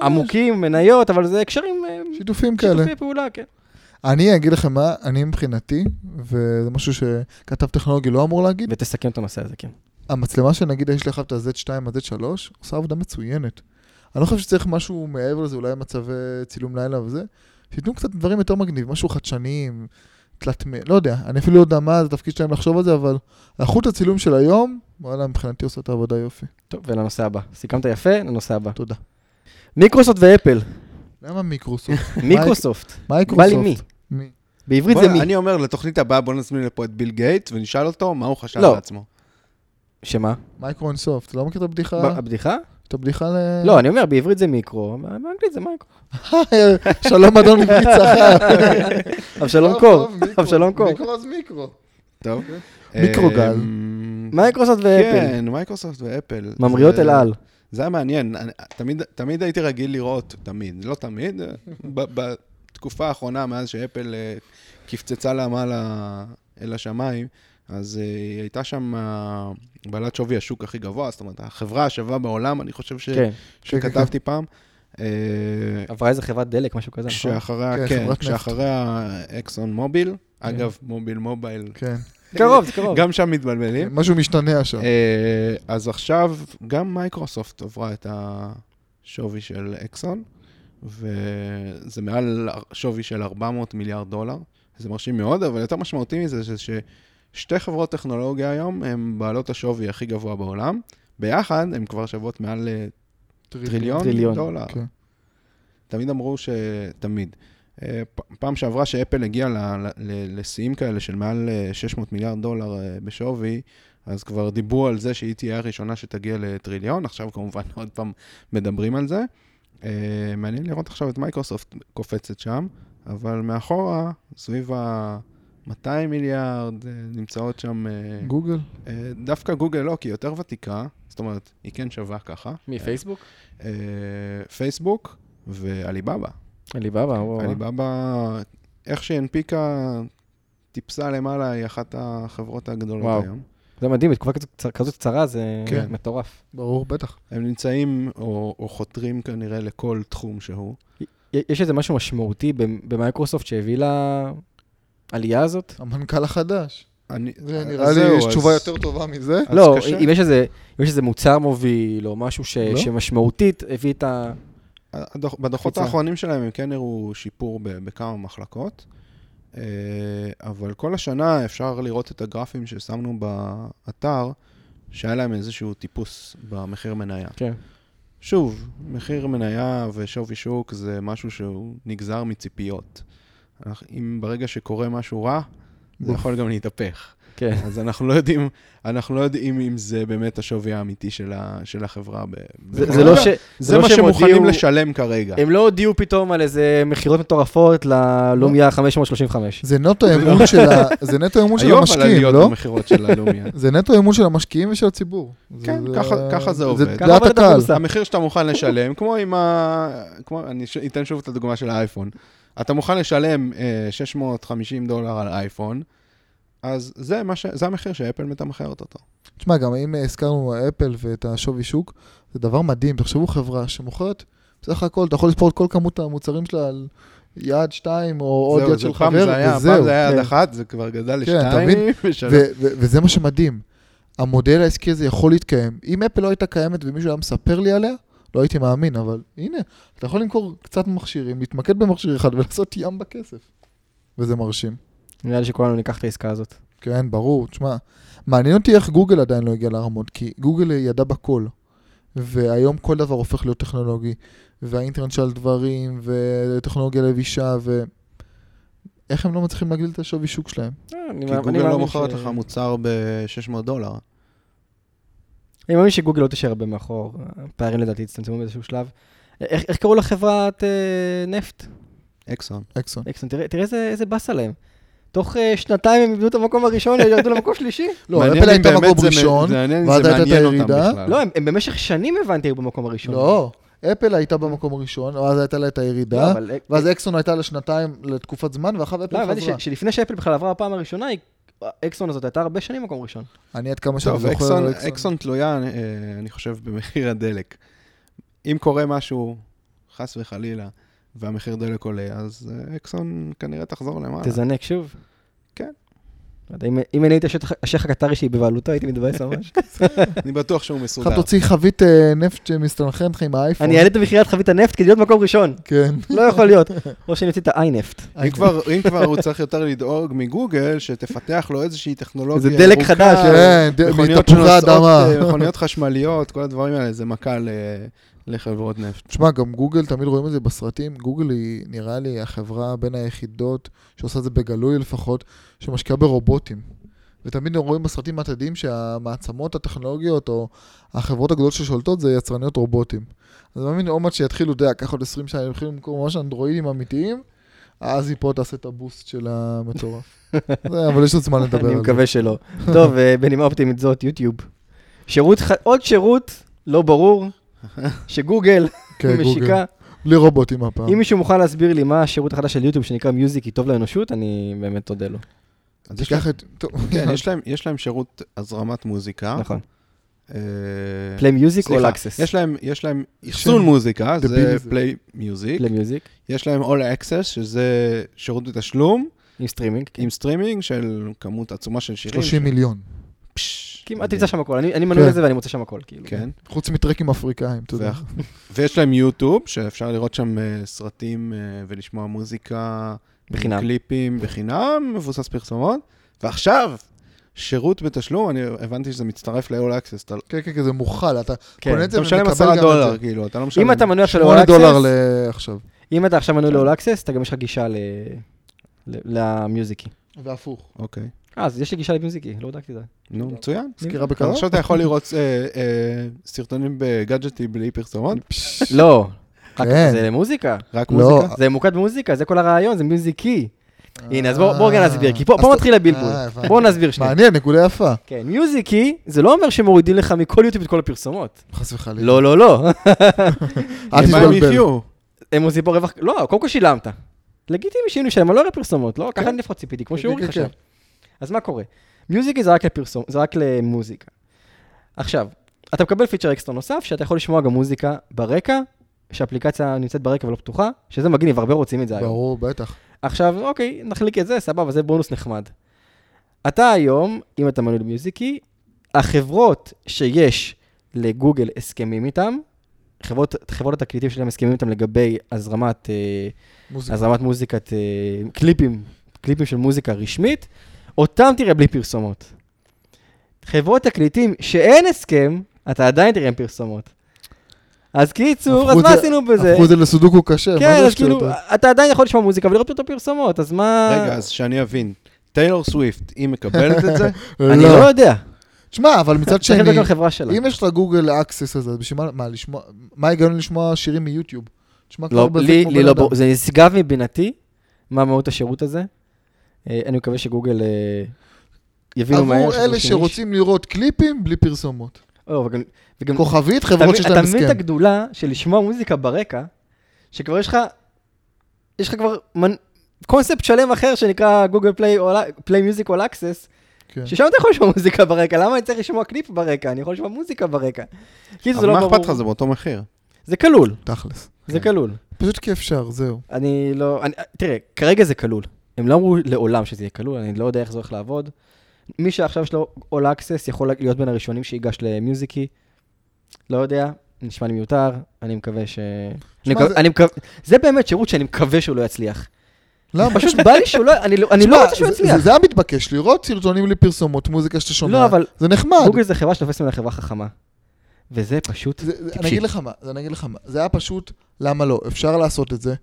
S1: עמוקים, מניות, אבל זה קשרים אה,
S3: שיתופים כאלה.
S1: שיתופי פעולה, כן.
S3: אני אגיד לכם מה, אני מבחינתי, וזה משהו שכתב טכנולוגי לא אמור להגיד,
S1: ותסכם את הנושא הזה, כן.
S3: המצלמה שנגיד יש לך את ה-Z2, ה-Z3, עושה עבודה מצוינת. אני לא חושב שצריך משהו מעבר לזה, אולי מצבי צילום לילה וזה, שייתנו קצת דברים יותר מגניב, משהו חדשניים, תלת מ... לא יודע, אני אפילו לא יודע מה, זה תפקיד שלהם לחשוב על זה, אבל איכות הצילום של היום, וואלה, מבחינתי עושה את העבודה יופי.
S1: טוב, ולנושא הבא. סיכמת יפה, לנושא הבא.
S3: תודה.
S1: מיקרוסופט ואפל.
S3: למה
S1: (laughs)
S3: מיקרוסופט?
S1: מיקרוסופט. בא
S3: מייקרוסופט.
S1: לי מי.
S3: מי?
S1: בעברית
S2: בוא,
S1: זה מי.
S2: אני אומר, לתוכנית הבאה בוא נזמין לפה את ביל גייט ונשאל אותו מה הוא חשב
S1: לא.
S2: לעצמו.
S1: שמה?
S3: מייקרו אינסופט. אתה כן. לא מכיר את הבדיחה?
S1: ב- הבדיחה?
S3: את הבדיחה ל...
S1: לא, אני אומר, בעברית זה מיקרו, באנגלית זה מייקרו.
S3: (laughs)
S1: (laughs)
S3: שלום אדון לבני צחר.
S1: אבשלום קור, אבשלום קור.
S3: מיקרו אז מיקרו.
S2: טוב.
S3: מיקרוגל.
S2: אמ,
S1: מייקרוסופט ואפל.
S2: כן, מייקרוסופט ואפל.
S1: ממריאות
S2: זה-
S1: אל על.
S2: זה היה מעניין, אני- תמיד- תמיד הייתי רגיל לראות, תמיד, לא תמיד, ב- בתקופה האחרונה, מאז שאפל אה, קפצצה לה מעלה אל השמיים, אז אה, היא הייתה שם אה, בעלת שווי השוק הכי גבוה, זאת אומרת, החברה השווה בעולם, אני חושב ש-
S1: כן.
S2: שכתבתי פעם. אה,
S1: עברה איזה חברת דלק, משהו כזה, (laughs) נכון?
S2: כשאחריה,
S3: כן, חברת
S2: כן,
S3: נפט.
S2: כשאחריה אקסון מוביל, אגב, מוביל מובייל,
S3: כן.
S1: קרוב, זה קרוב.
S2: גם שם מתבלבלים.
S3: משהו משתנע שם.
S2: אה, אז עכשיו גם מייקרוסופט עברה את השווי של אקסון, וזה מעל שווי של 400 מיליארד דולר. זה מרשים מאוד, אבל יותר משמעותי מזה זה ששתי חברות טכנולוגיה היום הן בעלות השווי הכי גבוה בעולם. ביחד הן כבר שוות מעל אה, טריליון,
S1: טריליון,
S2: דולר.
S3: כן.
S2: תמיד אמרו ש... תמיד. אה, פ- פעם שעברה שאפל הגיעה ל- ל- ל- לשיאים כאלה של מעל אה, 600 מיליארד דולר אה, בשווי, אז כבר דיברו על זה שהיא תהיה הראשונה שתגיע לטריליון, עכשיו כמובן (laughs) עוד פעם מדברים על זה. אה, מעניין לראות עכשיו את מייקרוסופט קופצת שם, אבל מאחורה, סביב ה-200 מיליארד, אה, נמצאות שם... אה,
S3: גוגל?
S2: אה, דווקא גוגל לא, כי היא יותר ותיקה, זאת אומרת, היא כן שווה ככה.
S1: מפייסבוק?
S2: אה, פייסבוק ועליבאבה.
S1: עליבאבא, וואו.
S2: עליבאבה, איך שהיא הנפיקה, טיפסה למעלה, היא אחת החברות הגדולות
S1: וואו.
S2: היום.
S1: זה מדהים, בתקופה כזאת קצר- כזאת קצרה זה
S2: כן.
S1: מטורף.
S3: ברור, בטח.
S2: הם נמצאים או, או חותרים כנראה לכל תחום שהוא.
S1: יש איזה משהו משמעותי במ- במייקרוסופט שהביא לעלייה הזאת?
S3: המנכ"ל החדש.
S2: אני,
S3: זה
S2: אה, אז
S3: נראה
S2: זהו,
S3: לי, יש
S2: אז-
S3: תשובה יותר טובה מזה.
S2: אז
S1: לא,
S2: קשה.
S1: אם יש איזה, אם יש איזה מוצר מוביל, או משהו ש,
S3: לא.
S1: שמשמעותית הביא את ה...
S2: הדוח, בדוחות
S1: קפיצה.
S2: האחרונים שלהם הם כן הראו שיפור ב, בכמה מחלקות, אה, אבל כל השנה אפשר לראות את הגרפים ששמנו באתר, שהיה להם איזשהו טיפוס במחיר מניה.
S1: כן.
S2: שוב, מחיר מניה ושווי שוק זה משהו שהוא נגזר מציפיות. אנחנו- אם ברגע שקורה משהו רע, זה
S3: בוף.
S2: יכול גם להתהפך.
S1: כן.
S2: אז אנחנו לא יודעים, אנחנו לא יודעים אם זה באמת השווי האמיתי של, ה, של החברה. ב,
S1: זה,
S2: בכל
S1: זה לא
S2: רגע.
S1: ש...
S2: זה
S1: לא
S2: מה
S1: שהם
S2: שמוכנים
S1: הודיעו-
S2: לשלם כרגע.
S1: הם לא הודיעו פתאום על איזה מכירות מטורפות ללומיה 535.
S3: זה
S2: (laughs)
S3: נטו אמון של ה- זה נטו אמון של
S2: היו לא- אבל
S3: המשקיעים,
S2: עליות
S3: לא?
S2: במכירות
S1: (laughs)
S2: של הלומיה.
S3: זה נטו אמון של המשקיעים ושל הציבור.
S2: כן, ככה- ככה זה עובד.
S3: זה
S2: ככה
S3: דעת
S1: עובד
S3: הקהל.
S1: הבורסה.
S2: המחיר שאתה מוכן לשלם, כמו עם ה... כמו, אני ש... אתן שוב את הדוגמה של האייפון. אתה מוכן לשלם אה, 650 דולר על אייפון, אז זה, מה ש... זה המחיר שאפל מתמחרת אותו.
S3: תשמע, גם אם אה, הזכרנו אפל ואת השווי שוק, זה דבר מדהים. תחשבו חברה שמוכרת, בסך הכל, אתה יכול לספור את כל כמות המוצרים שלה על יד שתיים או עוד
S2: זהו,
S3: יד
S2: זה
S3: של
S2: פעם זה
S3: חבר,
S2: היה-
S3: וזהו.
S2: פעם זה היה יד
S1: כן.
S2: אחת, זה כבר גדל
S3: כן, אתה
S2: לשתיים ושלוש.
S3: ו- ו- וזה מה שמדהים. המודל העסקי הזה יכול להתקיים. אם אפל לא הייתה קיימת ומישהו היה מספר לי עליה, לא הייתי מאמין, אבל הנה, אתה יכול למכור קצת מכשירים, להתמקד במכשיר אחד (laughs) ולעשות ים בכסף. וזה מרשים.
S1: נראה לי שכולנו ניקח את העסקה הזאת.
S3: כן, ברור, תשמע. מעניין אותי איך גוגל עדיין לא הגיע לרמות, כי גוגל ידע בכל. והיום כל דבר הופך להיות טכנולוגי, והאינטרנט של דברים, וטכנולוגיה לבישה, ו... איך הם לא מצליחים להגדיל את השווי שוק שלהם?
S1: אה, אני
S2: כי
S1: מאמין
S2: גוגל לא
S1: ש-
S2: מוכרת לך מוצר ב-600 דולר.
S1: אני מאמין שגוגל לא תישאר הרבה מאחור, הפערים לדעתי יצטמצמו באיזשהו שלב. אה, איך, איך קראו לחברת אה, נפט?
S2: אקסון.
S3: אקסון.
S1: אקסון, תראה, תראה איזה, איזה באסה להם. תוך אה, שנתיים הם איבדו את המקום הראשון, הם ירדו למקום (laughs) שלישי.
S3: לא,
S2: מעניין
S3: אפל
S2: אם
S3: הייתה
S2: באמת
S3: מקום
S2: זה מ-
S3: ראשון,
S2: זה מעניין אם
S3: ואז
S2: זה
S3: הייתה את
S2: מעניין אותם
S3: הירידה.
S2: בכלל.
S1: לא, הם, הם במשך שנים הבנתי היו במקום הראשון.
S3: לא, אפל הייתה במקום הראשון, ואז הייתה לה את
S1: לא,
S3: הירידה,
S1: אבל...
S3: ואז אקסון הייתה לשנתיים, לתקופת זמן, ואחריו
S1: לא,
S3: אפל
S1: הבנתי
S3: חזרה.
S1: ש- שלפני שאפל בכלל עברה הפעם הראשונה, היא- אקסון הזאת הייתה הרבה שנים מקום ראשון.
S3: אני עד כמה שאני
S2: טוב,
S3: זוכר,
S2: אקסון,
S3: על
S2: אקסון תלויה, אה, אני חושב, במחיר הדלק. אם קורה משהו, חס וחלילה, והמחיר דלק עולה, אז אה, אקסון כנראה תחזור למעלה.
S1: תזנק שוב.
S2: כן.
S1: לא יודע, אם- אם אני הייתי השטח- השייח הקטרי שהיא בבעלותו, הייתי מתבאס (laughs) ממש.
S2: אני בטוח שהוא מסודר.
S3: עכשיו תוציא חבית אה, נפט שמסתנכרנת לך עם האייפון.
S1: אני אעלה את מכירת חבית הנפט כדי להיות מקום ראשון.
S3: כן.
S1: לא יכול (laughs) להיות. או שאני אוציא את איינפט.
S2: אם כבר, אם כבר הוא צריך יותר לדאוג מגוגל, שתפתח לו איזושהי טכנולוגיה.
S1: זה דלק
S2: ירוקה,
S1: חדש, אה,
S3: כן, ד-
S2: אה, מכוניות
S3: מתפוחי
S2: שנוסעות,
S3: אדמה.
S2: אה, מכוניות חשמליות, כל הדברים האלה, זה מכה ל- לחברות נפט.
S3: תשמע, גם גוגל, תמיד רואים את זה בסרטים, גוגל היא, נראה לי, החברה בין היחידות, שעושה את זה בגלוי לפחות, שמשקיעה ברובוטים. ותמיד רואים בסרטים מהתדים שהמעצמות הטכנולוגיות, או החברות הגדולות ששולטות, זה יצרניות רובוטים. אז אני מאמין, עוד מעט שיתחילו, אתה יודע, ככה עוד 20 שנה, יתחילו למכור ממש אנדרואידים אמיתיים, אז היא פה תעשה את הבוסט של
S1: (laughs)
S3: המטורף. זה, אבל יש עוד זמן לדבר על זה.
S1: אני מקווה
S3: (laughs)
S1: שלא. טוב, אה, בנימה אופטימית זאת, יוטיוב. שירות, ח- עוד שירות לא
S3: (laughs)
S1: ברור, שגוגל
S3: כן, גוגל.
S1: משיקה.
S3: בלי רובוטים הפעם.
S1: אם מישהו מוכן להסביר לי מה השירות החדש של יוטיוב שנקרא מיוזיק, היא טוב לאנושות, אני באמת אודה לו.
S3: כן.
S2: אז יש
S3: תיקח את... טוב,
S2: להם- כן, יש להם- יש להם שירות הזרמת מוזיקה.
S1: נכון.
S2: אה,
S1: פליי מיוזיק או
S2: סליחה,
S1: לאקסס?
S2: יש להם- יש להם אחסון מוזיקה, זה
S3: דבילי זה.
S2: פליי מיוזיק.
S1: פליי מיוזיק,
S2: יש להם All Access, שזה שירות בתשלום,
S1: עם סטרימינג.
S2: עם סטרימינג של כמות עצומה של שירים.
S3: 30 מיליון.
S2: פשש,
S1: כמעט
S2: מדהים.
S1: תמצא שם הכל, אני אני מנוי
S3: כן.
S1: לזה ואני מוצא שם הכל, כאילו.
S2: כן.
S3: חוץ מטרקים אפריקאים, אתה יודע.
S2: ואח- ויש להם יוטיוב, שאפשר לראות שם אה, סרטים אה, ולשמוע מוזיקה.
S1: בחינם.
S2: קליפים בחינם, מבוסס פרסומות. ועכשיו, שירות בתשלום, אני הבנתי שזה מצטרף ל-All Access. אתה לא-
S3: כן, כן, כן, זה מוכל, אתה
S1: כן.
S3: קונה את זה
S2: אתה
S3: ומקבל
S2: משלם
S3: גם
S2: 10 דולר,
S3: את זה.
S2: כאילו, אתה לא משלם...
S1: אם אתה מנוי של
S3: 8 דולר
S1: אול
S3: ל- כן. עכשיו.
S1: אם אתה עכשיו מנוי ל-all access, אתה גם יש לך גישה ל- ל- למיוזיקי.
S3: והפוך.
S2: אוקיי.
S1: אה, אז יש לי גישה למיוזיקי, לא בדקתי את זה.
S3: כן.
S2: נו, מצוין.
S3: סקירה
S2: אז
S3: בקרוב?
S2: עכשיו אתה יכול לראות אה, אה, סרטונים בגאדג'טי בלי פרסומות,
S1: לא.
S3: כן.
S1: רק- זה מוזיקה.
S2: רק
S3: לא.
S2: מוזיקה.
S1: זה ממוקד במוזיקה, זה כל הרעיון, זה מיוזיקי. לא- הנה, אז בואו
S3: אה.
S1: בוא רגע נסביר, כי פה,
S3: אז
S1: פה
S3: אתה-
S1: מתחיל הבלבול.
S3: אה, הבנתי.
S1: בואו נסביר שנייה.
S3: מעניין, נקודה יפה.
S1: כן, מיוזיקי, זה לא אומר שמורידים לך מכל יוטיוב את כל הפרסומות.
S3: חס וחלילה.
S1: לא, לא, (laughs) לא.
S3: אל
S2: אה, מה הם
S3: תתבלבל.
S2: יחיו?
S1: הם עושים פה רווח, לא, קודם כל שילמת. לגיטימי שאם נשלם, אני לא אראה פרסומות, לא? ככה אני לפחות ציפיתי, כמו
S3: כן,
S1: שאורי
S3: כן,
S1: חשב.
S3: כן.
S1: אז מה קורה? מיוזיקי זה רק לפרסום, זה רק למוזיקה. עכשיו, אתה מקבל פיצ'ר אקסטרה נוסף, שאתה יכול לשמוע גם מוזיקה ברקע, שהאפליקציה נמצאת ברקע ולא פתוחה, שזה מגניב, הרבה רוצים את זה היום.
S3: ברור, בטח.
S1: עכשיו, אוקיי, נחליק את זה, סבבה, זה בונוס נחמד. אתה היום, אם אתה מנוי למיוזיקי, החברות שיש לגוגל הסכמים איתם, חברות, חברות התקליטים שלהם הסכמים איתם לגבי הזרמת, אה,
S3: מוזיקה.
S1: הזרמת מוזיקת, אה, קליפים, קליפים של מוזיקה רשמית, אותם תראה בלי פרסומות. חברות תקליטים שאין הסכם, אתה עדיין תראה עם פרסומות. אז קיצור, אז
S3: הפכו את
S1: מה
S3: זה-
S1: עשינו בזה?
S3: הפכו את זה לסודוקו קשה, מה
S1: כן,
S3: זה
S1: אז כאילו,
S3: השטויות האלה?
S1: אתה עדיין יכול לשמוע מוזיקה ולראות את הפרסומות, אז מה...
S3: אה.
S2: רגע, אז שאני אבין. טיילור סוויפט, היא מקבלת
S3: (laughs)
S2: את זה?
S1: אני לא יודע.
S3: תשמע, אבל מצד
S1: צריך
S3: שני,
S1: לבדוק עם החברה שלה.
S3: אם יש לך גוגל אקסס הזה, אז בשביל מה- מה, לשמוע, מה ההיגיון לשמוע שירים מיוטיוב? תשמע,
S1: לא,
S3: כבר בזה
S1: לי,
S3: כמו
S1: לי
S3: בן
S1: לא
S3: אדם.
S1: ברור, זה נשגב מבינתי, מה מהות השירות הזה. אה, אני מקווה שגוגל אה, יבינו מהר.
S3: עבור
S1: שזה
S3: אלה
S1: לא שימוש.
S3: שרוצים לראות קליפים בלי פרסומות.
S1: לא, וגם- וגם
S3: כוכבית,
S1: אתה
S3: חברות
S1: מבין-
S3: שיש
S1: אתה
S3: להן
S1: מבין את
S3: הסכם.
S1: הגדולה של לשמוע מוזיקה ברקע, שכבר יש לך, יש לך כבר מנ- קונספט שלם אחר שנקרא גוגל פליי מיוזיק אול אקסס,
S3: כן.
S1: ששם אתה יכול לשמוע מוזיקה ברקע, למה אני צריך לשמוע קליפ ברקע? אני יכול לשמוע מוזיקה ברקע. כאילו זה
S2: אבל
S1: לא
S2: מה
S1: ברור.
S2: אכפת לך? זה באותו מחיר.
S1: זה כלול,
S3: תכלס.
S1: זה כלול.
S3: פשוט כי אפשר,
S1: (laughs)
S3: זהו.
S1: אני לא... אני, תראה, כרגע זה כלול. הם לא אמרו לעולם שזה יהיה כלול, אני לא יודע איך זה הולך לעבוד. מי שעכשיו שלו All Access יכול להיות בין הראשונים שיגש למיוזיקי. לא יודע, נשמע לי מיותר, אני מקווה ש... אני מקווה,
S3: זה-
S1: זה... אני מקווה... זה באמת שירות שאני מקווה שהוא לא
S3: (laughs)
S1: יצליח.
S3: למה? (laughs)
S1: פשוט בא לי שהוא לא... אני, לא- אני
S3: תשמע,
S1: לא רוצה שהוא
S3: זה-
S1: יצליח.
S3: זה- זה היה מתבקש, לראות סרטונים בלי פרסומות, מוזיקה שאתה שומע.
S1: לא, אבל
S3: זה נחמד.
S1: גוגל זה חברה שתופסת ממנה חברה חכמה. וזה פשוט...
S3: זה- זה- אני
S1: טיפשי.
S3: אגיד לך מה, זה- אני אגיד לך מה, זה היה פשוט, למה לא, אפשר לעשות את זה.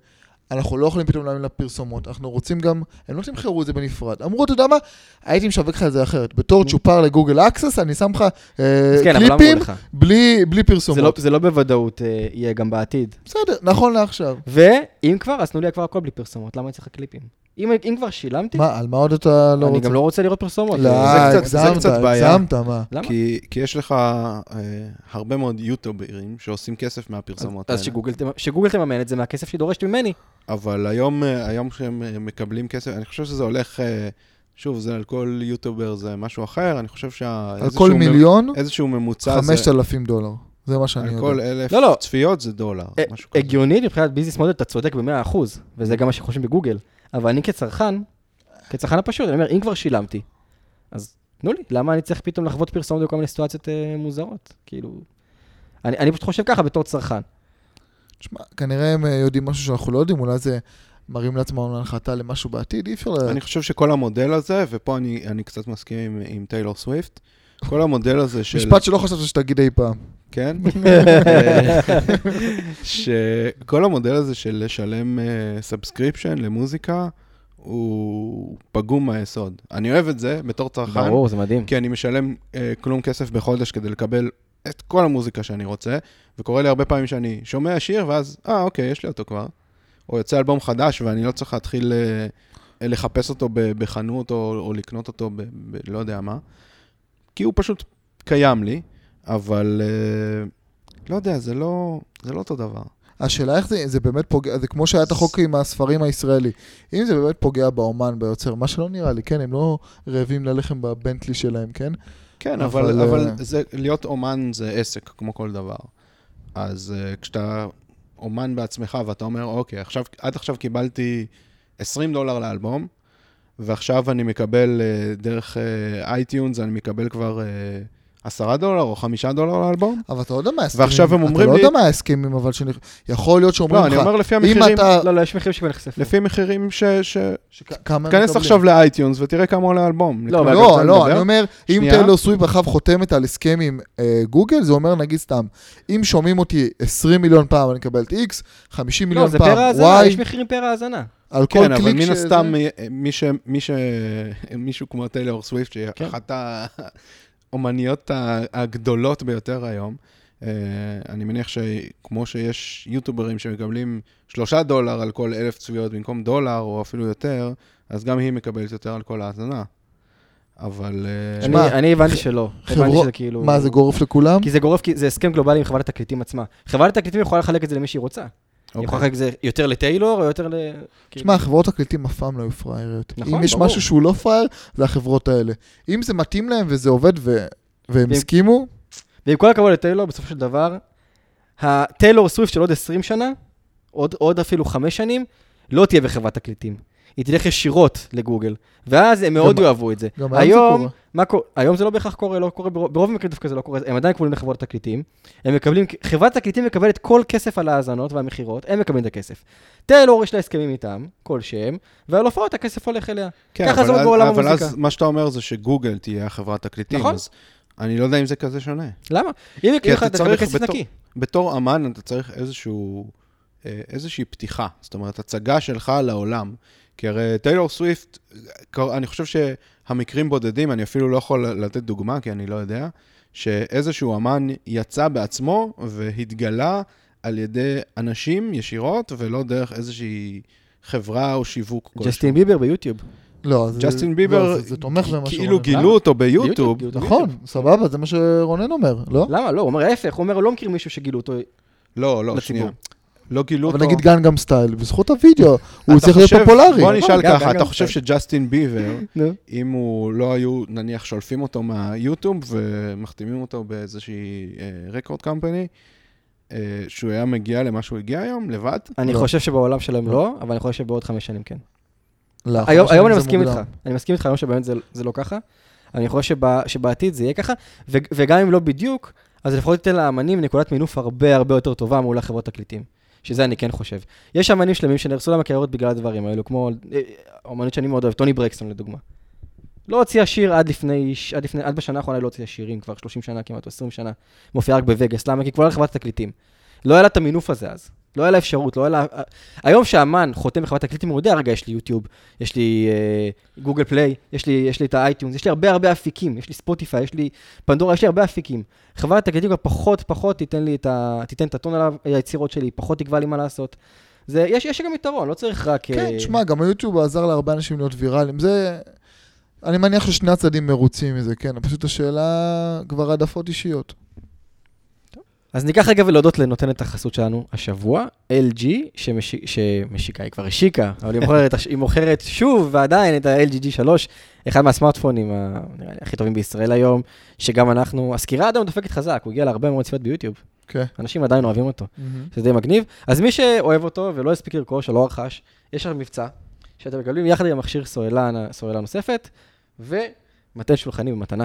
S3: אנחנו לא יכולים פתאום להאמין לפרסומות, אנחנו רוצים גם, הם לא תמכרו את זה בנפרד. אמרו, אתה יודע מה, הייתי משווק לך את זה אחרת. בתור צ'ופר לגוגל אקסס, אני שם לך אה,
S1: אז כן, אבל למה
S3: קליפים
S1: אמרו לך?
S3: בלי בלי
S1: זה לא-
S3: פרסומות.
S1: זה לא בוודאות אה, יהיה גם בעתיד.
S3: בסדר, נכון לעכשיו.
S1: ואם כבר, אז תנו לי כבר הכל בלי פרסומות, למה אני צריך קליפים? אם אם כבר שילמתי,
S3: מה, על מה עוד אתה לא רוצה?
S1: אני גם לא רוצה לראות פרסומות.
S3: לא,
S2: נכון, זה קצת- זה
S3: הגזמת,
S2: קצת בעיה.
S3: הגזמת, מה?
S1: למה?
S2: כי, כי יש לך אה, הרבה מאוד יוטוברים שעושים כסף מהפרסומות
S1: אז
S2: האלה.
S1: שגוגל תמ- שגוגל תממן את זה מהכסף שהיא דורשת ממני.
S2: אבל היום, אה, היום כשהם אה, מקבלים כסף, אני חושב שזה הולך, אה, שוב, זה על כל יוטובר זה משהו אחר, אני חושב שה...
S3: על
S2: איזשהו
S3: כל
S2: מ-
S3: מיליון,
S2: איזשהו ממוצע זה...
S3: 5,000 דולר. זה מה שאני
S2: על
S3: יודע.
S2: כל אלף
S1: לא, לא.
S2: צפיות זה דולר,
S1: אה,
S2: משהו כזה.
S1: הגיונית מבחינת ביזנס מודל, אתה צודק ב-100%, וזה גם מה שחושבים בגוגל. אבל אני כצרכן, כצרכן הפשוט, אני אומר, אם כבר שילמתי, אז תנו לי, למה אני צריך פתאום לחוות פרסומות בכל מיני סיטואציות אה, מוזרות? כאילו... אני, אני פשוט חושב ככה בתור צרכן.
S3: תשמע, כנראה הם אה, יודעים משהו שאנחנו לא יודעים, אולי זה מראים לעצמם להנחתה למשהו בעתיד, אי אפשר... ל-
S2: אני חושב שכל המודל הזה, ופה אני, אני קצת מסכים עם, עם טיילור סוויפט, כל המודל הזה של...
S3: משפט שלא חשבתי שתגיד אי פעם.
S2: כן? (laughs) אה, שכל המודל הזה של לשלם סאבסקריפשן למוזיקה, הוא פגום מהיסוד. אני אוהב את זה בתור צרכן.
S1: ברור, זה מדהים.
S2: כי אני משלם אה, כלום כסף בחודש כדי לקבל את כל המוזיקה שאני רוצה, וקורה לי הרבה פעמים שאני שומע שיר, ואז, אה, אוקיי, יש לי אותו כבר. או יוצא אלבום חדש, ואני לא צריך להתחיל אה, אה, לחפש אותו ב- בחנות, או, או לקנות אותו ב, ב... לא יודע מה. כי הוא פשוט קיים לי, אבל אה, לא יודע, זה לא, זה לא אותו דבר.
S3: השאלה איך זה, זה באמת פוגע, זה כמו שהיה את החוק עם הספרים הישראלי. אם זה באמת פוגע באומן, ביוצר, מה שלא נראה לי, כן, הם לא רעבים ללחם בבנטלי שלהם, כן?
S2: כן,
S3: אבל,
S2: אבל, אבל,
S3: אה,
S2: זה, להיות אומן זה עסק, כמו כל דבר. אז uh, כשאתה אומן בעצמך ואתה אומר, אוקיי, עכשיו, עד עכשיו קיבלתי 20 דולר לאלבום, ועכשיו אני מקבל uh, דרך אייטיונס, אני מקבל כבר uh, 10 דולר או 5 דולר לאלבום.
S3: אבל אתה לא יודע מה ההסכמים.
S2: ועכשיו הם אומרים
S3: אתה
S2: לי-
S3: לא יודע מה ההסכמים, אבל שנכ... יכול להיות שאומרים
S2: לא,
S3: לך,
S2: אני אומר לפי
S3: אם
S2: המחירים,
S3: אתה...
S1: לא, לא, יש מחירים שכבר נחשפו.
S2: לפי מחירים ש... ש...
S3: שכ- כמה הם
S2: תיכנס
S3: מקבלים?
S2: עכשיו לאייטיונס ותראה כמה עולה אלבום.
S1: לא,
S2: נקודה,
S3: לא,
S2: על זה
S3: לא,
S2: נדבר.
S3: אני אומר, אם
S2: שנייה.
S3: טיילור סוויפ עכשיו חותמת על הסכם עם אה, גוגל, זה אומר, נגיד סתם, אם שומעים אותי 20 מיליון פעם, אני מקבל את X, 50
S1: לא,
S3: מיליון
S1: זה
S3: פעם,
S1: פר האזנה,
S3: Y,
S1: יש מחירים פר האזנה.
S3: על כל
S2: כן,
S3: קליק
S2: אבל מן
S3: שזה-
S2: הסתם, אה, מי ש... מי ש... (laughs) מישהו כמו טיילור סוויפט, שהיא
S1: כן.
S2: אחת האומניות ה- הגדולות ביותר היום, אה, אני מניח שכמו שיש יוטוברים שמקבלים שלושה דולר על כל אלף צפיות במקום דולר, או אפילו יותר, אז גם היא מקבלת יותר על כל ההאזנה. אבל... אה,
S3: שמע,
S1: אני- אני הבנתי שלא. הבנתי
S3: חברות-
S1: שזה כאילו...
S3: מה, זה גורף לכולם?
S1: כי זה גורף, כי זה הסכם גלובלי עם חברת התקליטים עצמה. חברת התקליטים יכולה לחלק את זה למי שהיא רוצה. היא
S2: אוקיי.
S1: יכולה לחלק את זה יותר לטיילור או יותר ל... כאילו-
S3: תשמע, חברות תקליטים אף פעם לא היו פראייריות.
S1: נכון,
S3: אם יש
S1: ברור.
S3: משהו שהוא לא פראייר, זה החברות האלה. אם זה מתאים להם וזה עובד ו- והם
S1: ואם-
S3: הסכימו,
S1: ועם כל הכבוד לטיילור, בסופו של דבר, הטיילור סוויפט של עוד 20 שנה, עוד, עוד אפילו 5 שנים, לא תהיה בחברת תקליטים. היא תלך ישירות לגוגל, ואז הם מאוד
S3: גם-
S1: יאהבו את זה.
S3: גם היום זה
S1: היום,
S3: קורה.
S1: מה קורה? היום זה לא בהכרח קורה, לא קורה, ברוב ברוב המקרים דווקא זה לא קורה, הם עדיין כבולים לחברות תקליטים, הם מקבלים, חברת תקליטים מקבלת כל כסף על ההאזנות והמכירות, הם מקבלים את הכסף. טיילור יש לה הסכמים איתם, כלשהם, ועל הופעות הכסף הולך אליה.
S2: כן,
S1: ככה
S2: אבל
S1: זה עוד
S2: אז-
S1: בעולם
S2: אבל
S1: המוזיקה.
S2: אז מה שאתה אומר זה שגוגל תהיה החברת תקליטים,
S1: נכון.
S2: אז אני לא יודע אם זה כזה שונה.
S1: למה? אם יקרה לך
S2: אתה
S1: אתה תקבל
S2: צריך
S1: כסף
S2: בתור-
S1: נקי.
S2: בתור אמן אתה צריך איזשהו, אה, איזושהי פתיחה, זאת אומרת, הצגה שלך לעולם. כי הרי טיילור סוויפט, קר- אני חושב שהמקרים בודדים, אני אפילו לא יכול לתת דוגמה, כי אני לא יודע, שאיזשהו אמן יצא בעצמו והתגלה על ידי אנשים ישירות, ולא דרך איזושהי חברה או שיווק כלשהו.
S1: ג'סטין ביבר ביוטיוב.
S3: לא, זה...
S2: ג'סטין ביבר,
S3: לא, זה- זה תומך במה
S2: כאילו
S3: שרונן-
S2: גילו אותו ביוטיוב,
S1: ביוטיוב, ביוטיוב.
S3: נכון, סבבה, זה מה שרונן אומר, לא?
S1: למה? לא, הוא אומר ההפך, הוא אומר, הוא לא מכיר מישהו שגילו אותו.
S2: לא, לא,
S1: לציבור.
S2: שנייה. לא גילו אותו.
S3: אבל נגיד גנגם סטייל, בזכות הוידאו, הוא
S2: אתה
S3: צריך להיות
S2: חושב-
S3: פופולרי.
S2: בוא נשאל
S1: גם- גם-
S2: ככה,
S1: גם-
S2: אתה חושב שג'סטין ביבר,
S1: נו.
S2: אם הוא לא היו, נניח, שולפים אותו מהיוטיוב ומחתימים אותו באיזושהי רקורד קמפני, אה, שהוא היה מגיע למה שהוא הגיע היום, לבד?
S1: אני
S3: לא.
S1: חושב שבעולם של היום לא, אבל אני חושב שבעוד חמש שנים כן.
S3: לא,
S1: היום,
S3: חמש
S1: היום
S3: שנים
S1: אני
S3: זה
S1: מסכים
S3: מוקדם.
S1: איתך, אני מסכים איתך היום שבאמת זה, זה לא ככה. אני חושב שבע, שבעתיד זה יהיה ככה, ו, וגם אם לא בדיוק, אז לפחות תיתן לאמנים נקודת מינוף הרבה הרבה יותר טובה מול החברות תקליטים. שזה אני כן חושב. יש אמנים שלמים שנהרסו להם הקריירות בגלל הדברים האלו, כמו אה, אומנית שאני מאוד אוהב, טוני ברקסון לדוגמה. לא הוציאה שיר עד לפני, ש- עד לפני, עד בשנה האחרונה היא לא הוציאה שירים, כבר 30 שנה כמעט, או 20 שנה. מופיעה רק בווגאס, למה? כי כבר היה לחברת תקליטים. לא היה לה את המינוף הזה אז. לא היה לה אפשרות, לא היה לה... היום שהאמן חותם בחברת תקליטים, הוא יודע, רגע, יש לי יוטיוב, יש לי אה, גוגל פליי, יש לי, יש לי את האייטיונס, יש לי הרבה הרבה אפיקים, יש לי ספוטיפיי, יש לי פנדורה, יש לי הרבה אפיקים. חברת תקליטים כבר פחות פחות תיתן לי את, ה, תיתן את הטון עליו, היצירות שלי, פחות תקבע לי מה לעשות. זה, יש, יש גם יתרון, לא צריך רק...
S3: כן,
S1: אה,
S3: תשמע, גם היוטיוב עזר להרבה אנשים להיות ויראליים. זה... אני מניח ששני הצדדים מרוצים מזה, כן. פשוט השאלה כבר העדפות אישיות.
S1: אז ניקח רגע ולהודות לנותנת החסות שלנו השבוע, LG, שמשיק, שמשיקה, היא כבר השיקה, אבל היא מוכרת, היא מוכרת שוב ועדיין את ה-LG G3, אחד מהסמארטפונים ה- נראה לי, הכי טובים בישראל היום, שגם אנחנו, הסקירה עדיין דופקת חזק, הוא הגיע להרבה מאוד צפיות ביוטיוב,
S3: כן.
S1: אנשים עדיין אוהבים אותו, זה די מגניב. אז מי שאוהב אותו ולא הספיק לרכוש או לא רכש, יש שם מבצע, שאתם מקבלים יחד עם המכשיר סוללה, סוללה נוספת, ומתן שולחני במתנה.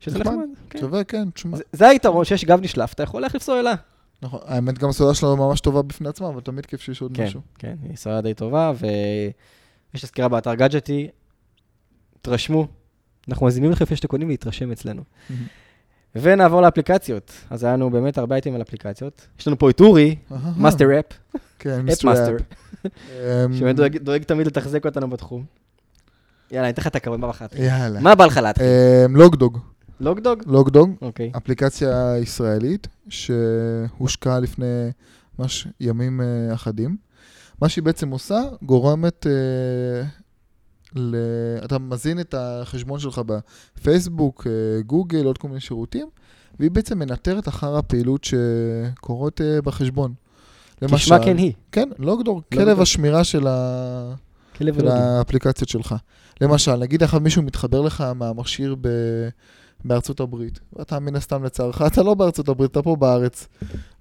S1: שזה
S3: נחמד.
S1: נחמד, כן.
S3: שווה, כן, תשמע.
S1: זה- זה היתרון שיש גב נשלף, אתה יכול להחליף סוללה.
S3: נכון. האמת, גם הסוללה שלנו ממש טובה בפני עצמה, אבל תמיד כיף שיש עוד
S1: כן,
S3: משהו.
S1: כן, היא סוללה די טובה, ויש לה סקירה באתר גאדג'טי, תרשמו. אנחנו מזמינים לכם לפני שאתם קונים להתרשם אצלנו.
S3: Mhm.
S1: ונעבור לאפליקציות. אז היה לנו באמת הרבה אייטמים על אפליקציות. יש לנו פה את אורי,
S3: אהה.
S1: מאסטר אפ,
S3: כן,
S1: אפ
S3: מיסטר
S1: מאסטר,
S3: אמ,
S1: שבאמת דואג- דואג תמיד לתחזק אותנו בתחום. יאללה, אני אתן לך את הכבוד, מה בחרת?
S3: יאללה.
S1: מה בא לך להתחיל?
S3: אמ, לוגדוג.
S1: לוגדוג?
S3: לוגדוג,
S1: אה, אוקיי.
S3: אפליקציה ישראלית שהושקעה לפני מש... ימים אה, אחדים. מה שהיא בעצם עושה, גורמת... אה, ל... אתה מזין את החשבון שלך בפייסבוק, אה, גוגל, עוד כל מיני שירותים, והיא בעצם מנטרת אחר הפעילות שקורות אה, בחשבון.
S1: כשמה כן היא.
S3: כן, לוגדור,
S1: לוגדור.
S3: כלב השמירה של ה...
S1: כלב
S3: של
S1: לוגי.
S3: האפליקציות שלך. למשל, נגיד עכשיו מישהו מתחבר לך מהמכשיר ב... בארצות הברית, ואתה מן הסתם לצערך, אתה לא בארצות הברית, אתה פה בארץ,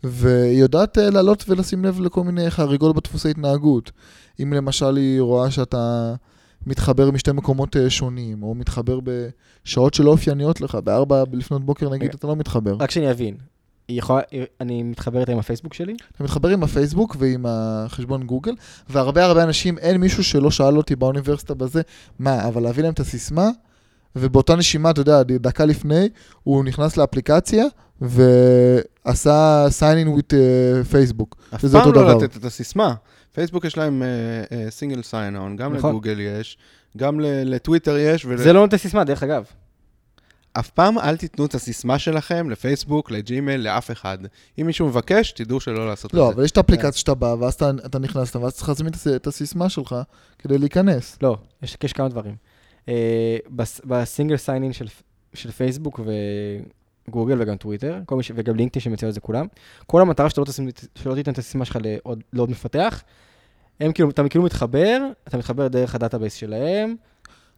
S3: והיא יודעת אה, לעלות ולשים לב לכל מיני חריגות בדפוסי התנהגות. אם למשל היא רואה שאתה מתחבר משתי מקומות אה, שונים, או מתחבר בשעות שלא אופייניות לך, בארבע לפנות בוקר נגיד
S1: רגע.
S3: אתה לא מתחבר.
S1: רק שאני אבין. היא יכולה, אני מתחבר איתה עם הפייסבוק שלי?
S3: אתה מתחבר עם הפייסבוק ועם החשבון גוגל, והרבה הרבה אנשים, אין מישהו שלא שאל אותי באוניברסיטה בזה, מה, אבל להביא להם את הסיסמה, ובאותה נשימה, אתה יודע, דקה לפני, הוא נכנס לאפליקציה, ועשה sign in with אה, פייסבוק.
S2: אף
S3: וזה
S2: פעם
S3: אותו
S2: לא
S3: דבר.
S2: לתת את הסיסמה. פייסבוק יש להם אה, סינגל סיינאון, גם
S1: נכון.
S2: לגוגל יש, גם ל- לטוויטר יש, ול-
S1: זה לא נותן סיסמה, דרך אגב.
S2: אף פעם אל תיתנו את הסיסמה שלכם לפייסבוק, לג'ימייל, לאף אחד. אם מישהו מבקש, תדעו שלא לעשות את
S3: לא,
S2: זה.
S3: אבל יש את האפליקציה שאתה בא, ואז אתה, אתה נכנס, ואז צריך להזמין את הס- את הסיסמה שלך כדי להיכנס.
S1: לא, יש, יש כמה דברים. Uh, בס, בסינגל סיינין של, של פייסבוק וגוגל וגם טוויטר, כל מי ש, וגם לינקדאין שמציע את זה כולם, כל המטרה שלא, תשים, שלא תיתן את הסיסמה שלך לעוד, לעוד מפתח, הם כאילו, אתה כאילו מתחבר, אתה מתחבר דרך הדאטאבייס שלהם,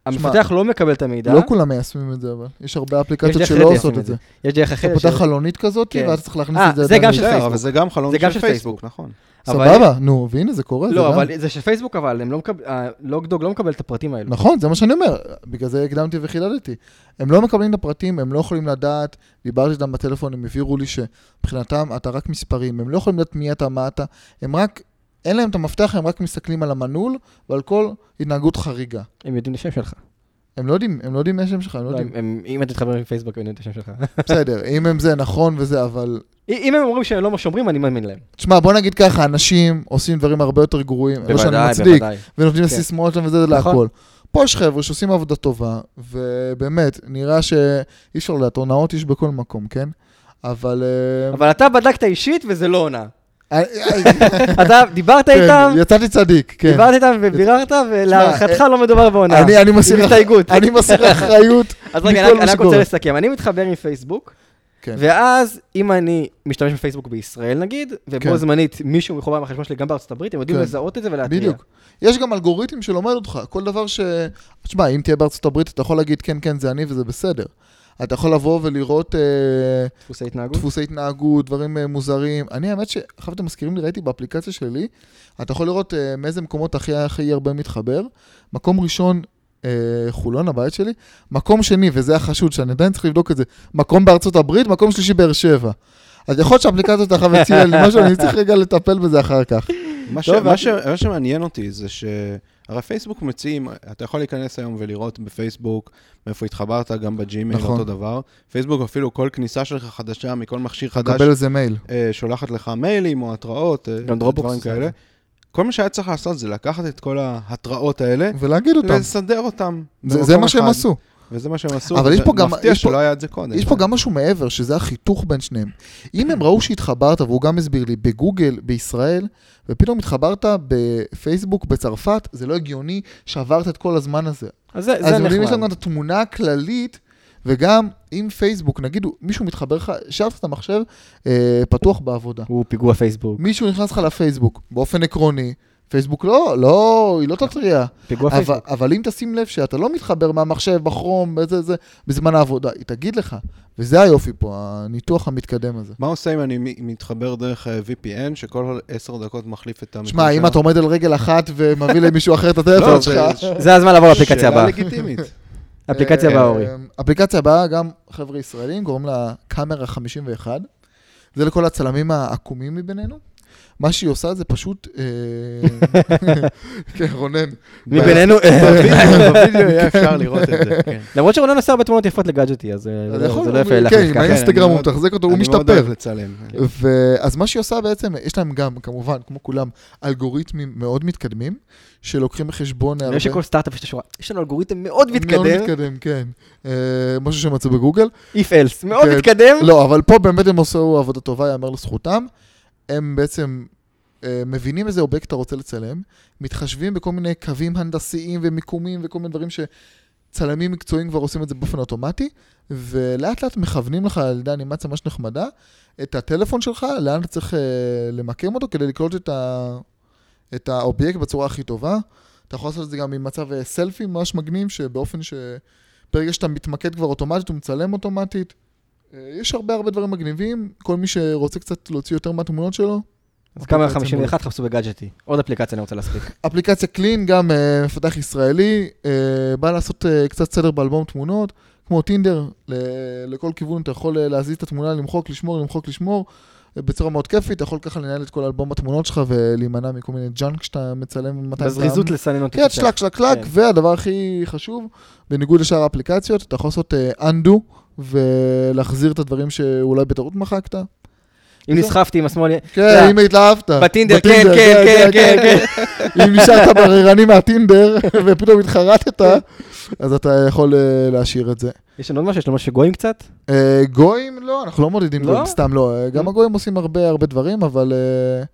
S1: המפתח לא מקבל את המידע,
S3: לא כולם מיישמים את זה, אבל יש הרבה
S1: יש
S3: אפליקציות
S1: דרך
S3: שלא
S1: אחרת
S3: עושות
S1: ליישם
S3: את זה.
S1: יש דרך
S3: אתה
S1: אחרת,
S3: פותח
S1: ש-
S3: חלונית כזאת,
S1: כן.
S3: ואתה צריך להכניס
S1: אה,
S3: את זה.
S1: זה
S3: עדיין
S1: גם
S3: ל-
S1: של
S2: בסדר,
S1: פייסבוק.
S2: אבל זה גם חלום
S1: זה גם של
S2: של
S1: פייסבוק.
S2: פייסבוק, נכון.
S1: אבל-
S3: סבבה, נו, והנה זה קורה. זה
S1: לא,
S3: גם.
S1: אבל זה של פייסבוק, אבל הם לא מקבל, הלוגדוג לא מקבל את הפרטים האלו.
S3: נכון, זה מה שאני אומר, בגלל זה הקדמתי וחידדתי. הם לא מקבלים את הפרטים, הם לא יכולים לדעת, דיברתי איתם בטלפון, הם הבהירו לי שמבחינתם אתה רק מספרים, הם לא יכולים לדעת מי אתה, מה אתה, הם רק, אין להם את המפתח, הם רק מסתכלים על המנעול ועל כל התנהגות חריגה.
S1: הם יודעים את השם שלך.
S3: הם לא יודעים, הם לא יודעים מה השם שלך, הם
S1: לא,
S3: לא
S1: (laughs)
S3: יודעים.
S1: הם- הם- אם אתה מתחבר עם פייסבוק, הם יודעים את השם שלך.
S3: בסדר, אם הם זה נכון וזה, אבל...
S1: אם הם אומרים שהם לא שומרים, אני מאמין להם.
S3: תשמע, בוא נגיד ככה, אנשים עושים דברים הרבה יותר גרועים, לא שאני מצדיק, ונותנים
S1: כן.
S3: לסיסמאות שלהם וזה
S1: נכון.
S3: להכל. פה יש חבר'ה שעושים עבודה טובה, ובאמת, נראה שאי אפשר לדעת, הונאות יש בכל מקום, כן? אבל... אה,
S1: אבל אתה בדקת אישית וזה לא
S3: (laughs)
S1: עונה.
S3: אה, אה,
S1: (laughs) אתה דיברת
S3: כן,
S1: איתם,
S3: יצאתי צדיק, כן. אה,
S1: דיברת איתם וביררת, ולהערכתך לא מדובר בהונאה.
S3: אני אני מסיר
S1: עם
S3: אח-
S1: הסתייגות.
S3: אני
S1: (laughs)
S3: מסיר אחריות.
S1: אז רגע,
S3: מכל
S1: אני אני
S3: מה
S1: רק
S3: שקורה.
S1: רוצה לסכם. אני מתחבר עם פייסבוק,
S3: כן.
S1: ואז אם אני משתמש בפייסבוק בישראל נגיד, ובו
S3: כן.
S1: זמנית מישהו מחובר מהחשבון שלי גם בארצות הברית, הם יודעים
S3: כן.
S1: לזהות את זה ולהתריע.
S3: בדיוק. יש גם אלגוריתם שלומד אותך, כל דבר ש... תשמע, אם תהיה בארצות הברית, אתה יכול להגיד, כן, כן, זה אני וזה בסדר. אתה יכול לבוא ולראות אה,
S1: דפוסי התנהגות.
S3: דפוסי התנהגות, דברים אה, מוזרים. אני, האמת שעכשיו אתם מזכירים לי, ראיתי באפליקציה שלי, אתה יכול לראות אה, מאיזה מקומות הכי הכי הרבה מתחבר. מקום ראשון, אה, חולון, הבית שלי. מקום שני, וזה החשוד, שאני עדיין צריך לבדוק את זה, מקום בארצות הברית, מקום שלישי באר שבע. אז יכול להיות שהאפליקציות
S2: (laughs)
S3: אחריו הציעה לי משהו, אני צריך רגע לטפל בזה אחר כך.
S2: מה, ש,
S1: טוב,
S2: מה,
S1: אבל-
S2: ש, מה שמעניין אותי זה ש... הרי פייסבוק מציעים, אתה יכול להיכנס היום ולראות בפייסבוק מאיפה התחברת, גם בג'ימייל,
S3: נכון.
S2: נכון. אותו דבר. פייסבוק אפילו כל כניסה שלך חדשה מכל מכשיר חדש,
S3: קבל איזה מייל.
S2: אה, שולחת לך מיילים או התראות, אה,
S1: גם דרופבוקס
S2: דברים
S1: עושה
S2: כאלה.
S1: את
S2: כל מה שהיה צריך לעשות זה לקחת את כל ההתראות האלה,
S3: ולהגיד אותם.
S2: לסדר אותם.
S3: זה, זה
S2: במקום
S3: מה שהם
S2: אחד.
S3: עשו.
S2: וזה מה שהם עשו.
S3: אבל יש פה
S2: זה
S3: גם-
S2: מפתיע
S3: יש פה-
S2: שלא היה את זה קודם.
S3: יש פה גם משהו מעבר, שזה החיתוך בין שניהם. אם הם ראו שהתחברת, והוא גם הסביר לי, בגוגל, בישראל, ופתאום התחברת בפייסבוק, בצרפת, זה לא הגיוני שעברת את כל הזמן הזה.
S1: אז זה
S3: אז
S1: זה
S3: הם יודעים, יש לנו גם
S1: נחמד.
S3: את התמונה הכללית, וגם אם פייסבוק, נגיד, הוא- מישהו מתחבר לך, השארת את המחשב אה, פתוח בעבודה.
S1: הוא פיגוע פייסבוק.
S3: מישהו נכנס לך לפייסבוק, באופן עקרוני, פייסבוק לא, לא, היא לא תתריע.
S1: פיגוע
S3: אבל,
S1: פייסבוק.
S3: אבל אם תשים לב שאתה לא מתחבר מהמחשב, בחום, בזה, זה, בזמן העבודה, היא תגיד לך. וזה היופי פה, הניתוח המתקדם הזה.
S2: מה עושה אם אני מ- מתחבר דרך אה, VPN, שכל עשר דקות מחליף את המקום
S3: שמע, אם אתה עומד על רגל אחת ומביא למישהו אחר את
S2: לא,
S3: הטלפון
S2: זה-
S3: שלך...
S1: זה הזמן לעבור לאפליקציה
S2: שאלה
S1: הבאה. (laughs)
S2: לגיטימית.
S1: אפליקציה
S3: אה,
S1: הבאה, אורי.
S3: אפליקציה הבאה, גם חבר'ה ישראלים, קוראים לה קאמרה 51. זה לכל הצלמים העקומים מבינינו. מה שהיא עושה זה פשוט... אה,
S2: (laughs)
S3: כן, רונן.
S1: מבינינו,
S3: אה,
S2: בווידאו בווידאו יהיה אפשר לראות את
S1: (laughs)
S2: זה, כן.
S1: למרות שרונן עושה הרבה תמונות יפות לגאדג'טי, אז אה,
S3: אז יכול-
S1: זה לא יפה לך
S3: כן, עם
S1: ככה.
S3: האינסטגרם הוא
S2: מאוד-
S3: מתחזק אותו, הוא
S2: אני מאוד
S3: משתפר.
S2: אוהב לצלם.
S3: ו- אז מה שהיא עושה בעצם, יש להם גם, כמובן, כמו כולם, אלגוריתמים מאוד מתקדמים, שלוקחים בחשבון
S1: אני חושב שכל סטארט-אפ יש את השורה. יש לנו אלגוריתם מאוד
S3: מאוד
S1: מתקדם,
S3: אוקיי. לא מתקדם, כן. אה, משהו שמצאו בגוגל.
S1: if else, מאוד
S3: כן.
S1: מתקדם.
S3: לא, אבל פה באמת הם עשו עבודה טובה, יאמר לזכותם. הם בעצם אה, מבינים איזה אובייקט אתה רוצה לצלם, מתחשבים בכל מיני קווים הנדסיים ומיקומים וכל מיני דברים שצלמים מקצועיים כבר עושים את זה באופן אוטומטי, ולאט לאט מכוונים לך על ידי אנימציה ממש נחמדה, את הטלפון שלך, לאן אתה צריך אה, למקם אותו כדי לקלוט את, ה... את האובייקט בצורה הכי טובה. אתה יכול לעשות את זה גם עם מצב אה, סלפי ממש מגניב, שבאופן ש... ברגע שאתה מתמקד כבר אוטומטית, הוא מצלם אוטומטית. אה, יש הרבה הרבה דברים מגניבים, כל מי שרוצה קצת להוציא יותר מהתמונות שלו,
S1: אז כמה
S3: אפליקציה
S1: 51 חפשו בגאדג'טי. עוד אפליקציה אני רוצה להספיק.
S3: אפליקציה קלין, גם אה, מפתח ישראלי, אה, בא לעשות אה, קצת סדר באלבום תמונות, כמו טינדר, ל- לכל כיוון אתה יכול אה, להזיז את התמונה, למחוק, לשמור, למחוק, לשמור, אה, בצורה מאוד כיפית, אתה יכול ככה לנהל את כל אלבום התמונות שלך ולהימנע מכל מיני ג'אנק שאתה מצלם 200
S1: בזריזות לסנן אותי.
S3: כן,
S1: קצת.
S3: שלק, שלק, שלק,
S1: כן.
S3: והדבר הכי חשוב, בניגוד לשאר האפליקציות, אתה יכול לעשות אה, undo ולהחזיר את הדברים שאולי בטעות מחקת.
S1: אם נסחפתי עם השמאל...
S3: כן, אם התלהבת.
S1: בטינדר, כן, כן, כן, כן, כן.
S3: אם נשארת בררני מהטינדר, (laughs)
S1: (laughs)
S3: ופתאום התחרטת, אז אתה יכול אה, להשאיר את זה.
S1: כן. יש לנו עוד משהו? יש לנו משהו גויים קצת?
S3: אה, גויים, לא, אנחנו לא מודדים
S1: לא?
S3: גויים, סתם לא. אה, גם הגויים עושים הרבה הרבה דברים, אבל אה,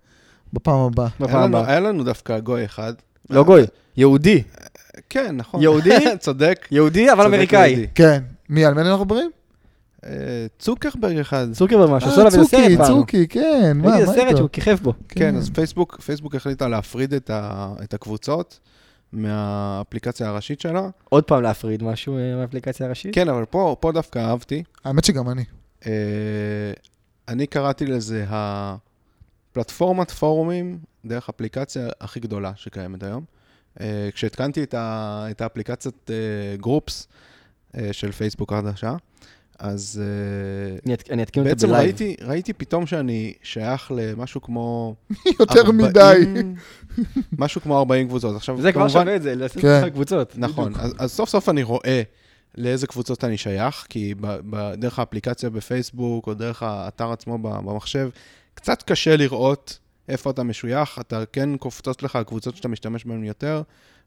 S3: בפעם הבאה.
S1: בפעם
S2: היה לנו-
S1: הבאה.
S2: היה לנו דווקא גוי אחד.
S1: לא גוי, יהודי.
S2: כן, נכון.
S3: (laughs)
S1: יהודי?
S2: (laughs) צודק.
S1: יהודי אבל
S2: צודק
S1: אמריקאי.
S2: יהודי.
S3: כן. מי, על מי אנחנו מדברים?
S2: אה, צוקרברג אחד.
S1: צוקרברג משהו, עשו
S3: אה,
S1: עליו איזה סרט
S3: צוקי,
S1: פעם.
S3: צוקי, כן, מה,
S1: ראיתי איזה
S3: מה
S1: סרט
S3: איתו?
S1: שהוא כיכב בו.
S2: כן, אז פייסבוק, פייסבוק החליטה להפריד את, ה, את הקבוצות מהאפליקציה הראשית שלה.
S1: עוד פעם להפריד משהו אה, מהאפליקציה הראשית?
S2: כן, אבל פה, פה דווקא אהבתי.
S3: האמת שגם אני. (laughs)
S2: אה, אני קראתי לזה הפלטפורמת פורומים דרך אפליקציה הכי גדולה שקיימת היום. אה, כשהתקנתי את, ה, את האפליקציית אה, גרופס אה, של פייסבוק החדשה, אז אה,
S1: אני את- אני אתקין אותה
S2: בעצם
S1: בלייב.
S2: ראיתי, ראיתי פתאום שאני שייך למשהו כמו...
S3: יותר
S2: 40
S3: מדי.
S2: משהו כמו 40 קבוצות. עכשיו,
S1: זה כבר
S2: כמובן-
S1: שווה את זה, לעשות
S3: כן.
S1: לך קבוצות.
S2: נכון, אז, אז סוף סוף אני רואה לאיזה קבוצות אני שייך, כי ב, ב, דרך האפליקציה בפייסבוק או דרך האתר עצמו ב- במחשב, קצת קשה לראות איפה אתה משוייך, אתה כן קופצות לך הקבוצות שאתה משתמש בהן יותר,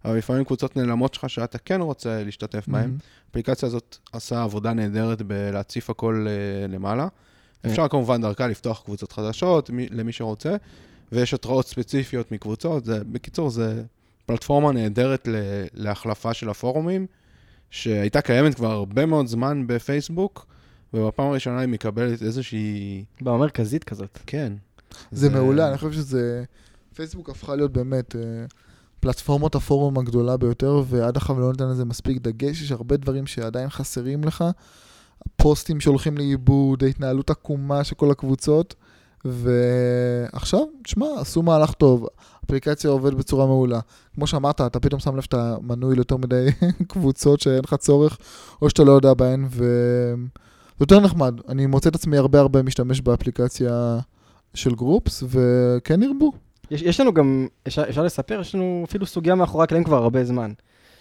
S2: אבל לפעמים קבוצות נעלמות שלך שאתה כן רוצה להשתתף בהן. האפליקציה הזאת עשה עבודה נהדרת בלהציף הכל אה, למעלה.
S3: כן.
S2: אפשר כמובן דרכה לפתוח קבוצות חדשות מי, למי שרוצה, ויש התראות ספציפיות מקבוצות. זה, בקיצור, זה פלטפורמה נהדרת ל- להחלפה של הפורומים, שהייתה קיימת כבר הרבה מאוד זמן בפייסבוק, ובפעם הראשונה היא מקבלת איזושהי...
S1: במה מרכזית כזאת.
S2: כן.
S3: זה מעולה, אני חושב שזה... פייסבוק הפכה להיות באמת אה, פלטפורמת הפורום הגדולה ביותר, ועד עכשיו לא נותן לזה מספיק דגש, יש הרבה דברים שעדיין חסרים לך, הפוסטים שהולכים לאיבוד, ההתנהלות עקומה של כל הקבוצות, ועכשיו, תשמע, עשו מהלך טוב, האפליקציה עובדת בצורה מעולה. כמו שאמרת, אתה פתאום שם לב שאתה מנוי ליותר מדי (laughs) קבוצות שאין לך צורך, או שאתה לא יודע בהן, וזה יותר נחמד. אני מוצא את עצמי הרבה הרבה משתמש באפליקציה של גרופס, וכן ירבו.
S1: יש, יש לנו גם, אפשר, אפשר לספר, יש לנו אפילו סוגיה מאחורי הקלעים כבר הרבה זמן.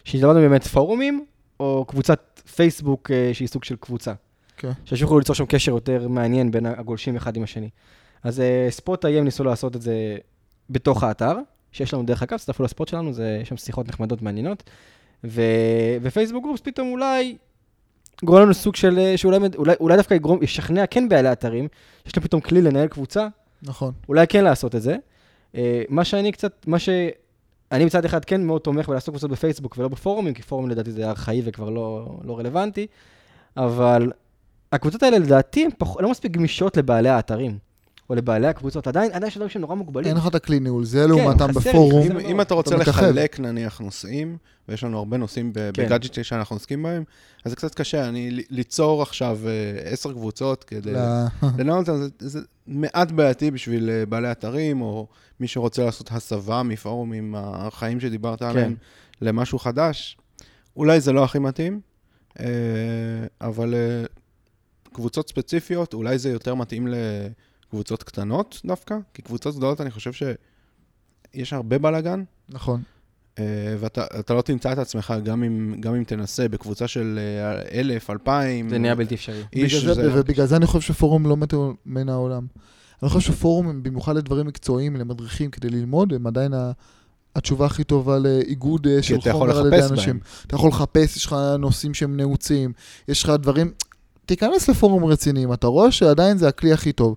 S1: שהתלמדנו באמת פורומים, או קבוצת פייסבוק אה, שהיא סוג של קבוצה.
S3: כן.
S1: שאנשים יוכלו ליצור שם קשר יותר מעניין בין הגולשים אחד עם השני. אז אה, ספוט איי הם ניסו לעשות את זה בתוך האתר, שיש לנו דרך אגב, תצטרפו לספוט שלנו, זה, יש שם שיחות נחמדות מעניינות. ו, ופייסבוק גרופס פתאום אולי גורם לנו סוג של, אה, שאולי אולי, אולי דווקא יגרום, ישכנע כן בעלי אתרים, שיש להם פתאום כלי לנהל קבוצה,
S3: נכון.
S1: אולי כן לעשות את זה. אה, מה שאני קצת, מה שאני מצד אחד כן מאוד תומך בלעשות קבוצות בפייסבוק ולא בפורומים, כי פורום לדעתי זה ארכאי וכבר לא, לא רלוונטי, אבל הקבוצות האלה לדעתי הן פח... לא מספיק גמישות לבעלי האתרים, או לבעלי הקבוצות, עדיין, עדיין יש אנשים שהם נורא מוגבלים.
S3: אין לך את הכלי ניהול,
S2: כן,
S3: זה לעומתם
S1: חסר לי,
S3: בפורום.
S1: חסר
S2: אם,
S1: מאוד.
S2: אם אתה רוצה
S3: אתה מככב.
S2: לחלק נניח נושאים, ויש לנו הרבה נושאים ב-
S1: כן.
S2: בגאדג'טים שאנחנו עוסקים בהם, אז זה קצת קשה, אני ל- ליצור עכשיו אה, עשר קבוצות כדי...
S3: ל-
S2: לנהל אותם, זה- זה מעט בעייתי בשביל אה, בעלי אתרים, או מי שרוצה לעשות הסבה מפורומים החיים שדיברת
S1: כן.
S2: עליהם למשהו חדש. אולי זה לא הכי מתאים, אה, אבל אה, קבוצות ספציפיות, אולי זה יותר מתאים לקבוצות קטנות דווקא, כי קבוצות גדולות, אני חושב שיש הרבה בלאגן,
S3: (laughs) נכון.
S2: אה, ואתה אתה לא תמצא את עצמך גם אם, גם אם תנסה בקבוצה של אה, אלף, אלפיים.
S1: זה נהיה בלתי אפשרי.
S2: איש
S3: בגלל זה,
S2: זה...
S3: ובגלל זה אני חושב שפורום לא מת מן העולם. אני חושב שפורומים, במיוחד לדברים מקצועיים, למדריכים, כדי ללמוד, הם עדיין ה- התשובה הכי טובה לאיגוד אה,
S2: כי
S3: של
S2: אתה יכול
S3: חומר על ידי
S2: לחפש בהם.
S3: אנשים. אתה יכול לחפש, יש לך נושאים שהם נעוצים, יש לך דברים... תיכנס לפורום רציני, אם אתה רואה שעדיין זה הכלי הכי טוב.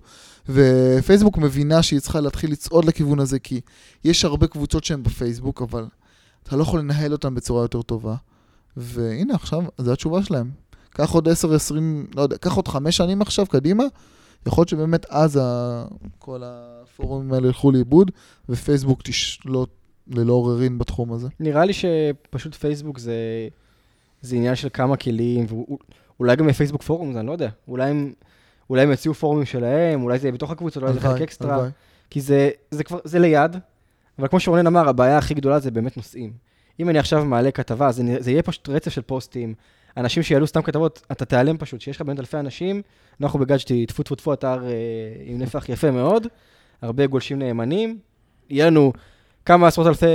S3: ופייסבוק מבינה שהיא צריכה להתחיל לצעוד לכיוון הזה, כי יש הרבה קבוצות שהן בפייסבוק, אבל אתה לא יכול לנהל אותן בצורה יותר טובה. והנה עכשיו, זו התשובה שלהם. קח עוד 10, 20, לא יודע, קח עוד 5 שנים עכשיו קדימה, יכול להיות שבאמת אז ה... כל הפורומים האלה ילכו לאיבוד, ופייסבוק תשלוט ללא עוררין בתחום הזה.
S1: נראה לי שפשוט פייסבוק זה, זה עניין של כמה כלים, ואולי גם פייסבוק פורום, אני לא יודע. אולי הם, אולי הם יציעו פורומים שלהם, אולי זה יהיה בתוך הקבוצות, אולי זה חלק
S3: הלוואי,
S1: אקסטרה.
S3: הלוואי.
S1: כי זה, זה כבר, זה ליד, אבל כמו שרונן אמר, הבעיה הכי גדולה זה באמת נושאים. אם אני עכשיו מעלה כתבה, זה, נראה- זה יהיה פשוט רצף של פוסטים, אנשים שיעלו סתם כתבות, אתה תיעלם פשוט, שיש לך באמת אלפי אנשים, אנחנו בגאדג'טי, טפו טפו טפו, אתר אה, עם נפח יפה מאוד, הרבה גולשים נאמנים, יהיה לנו כמה עשרות אלפי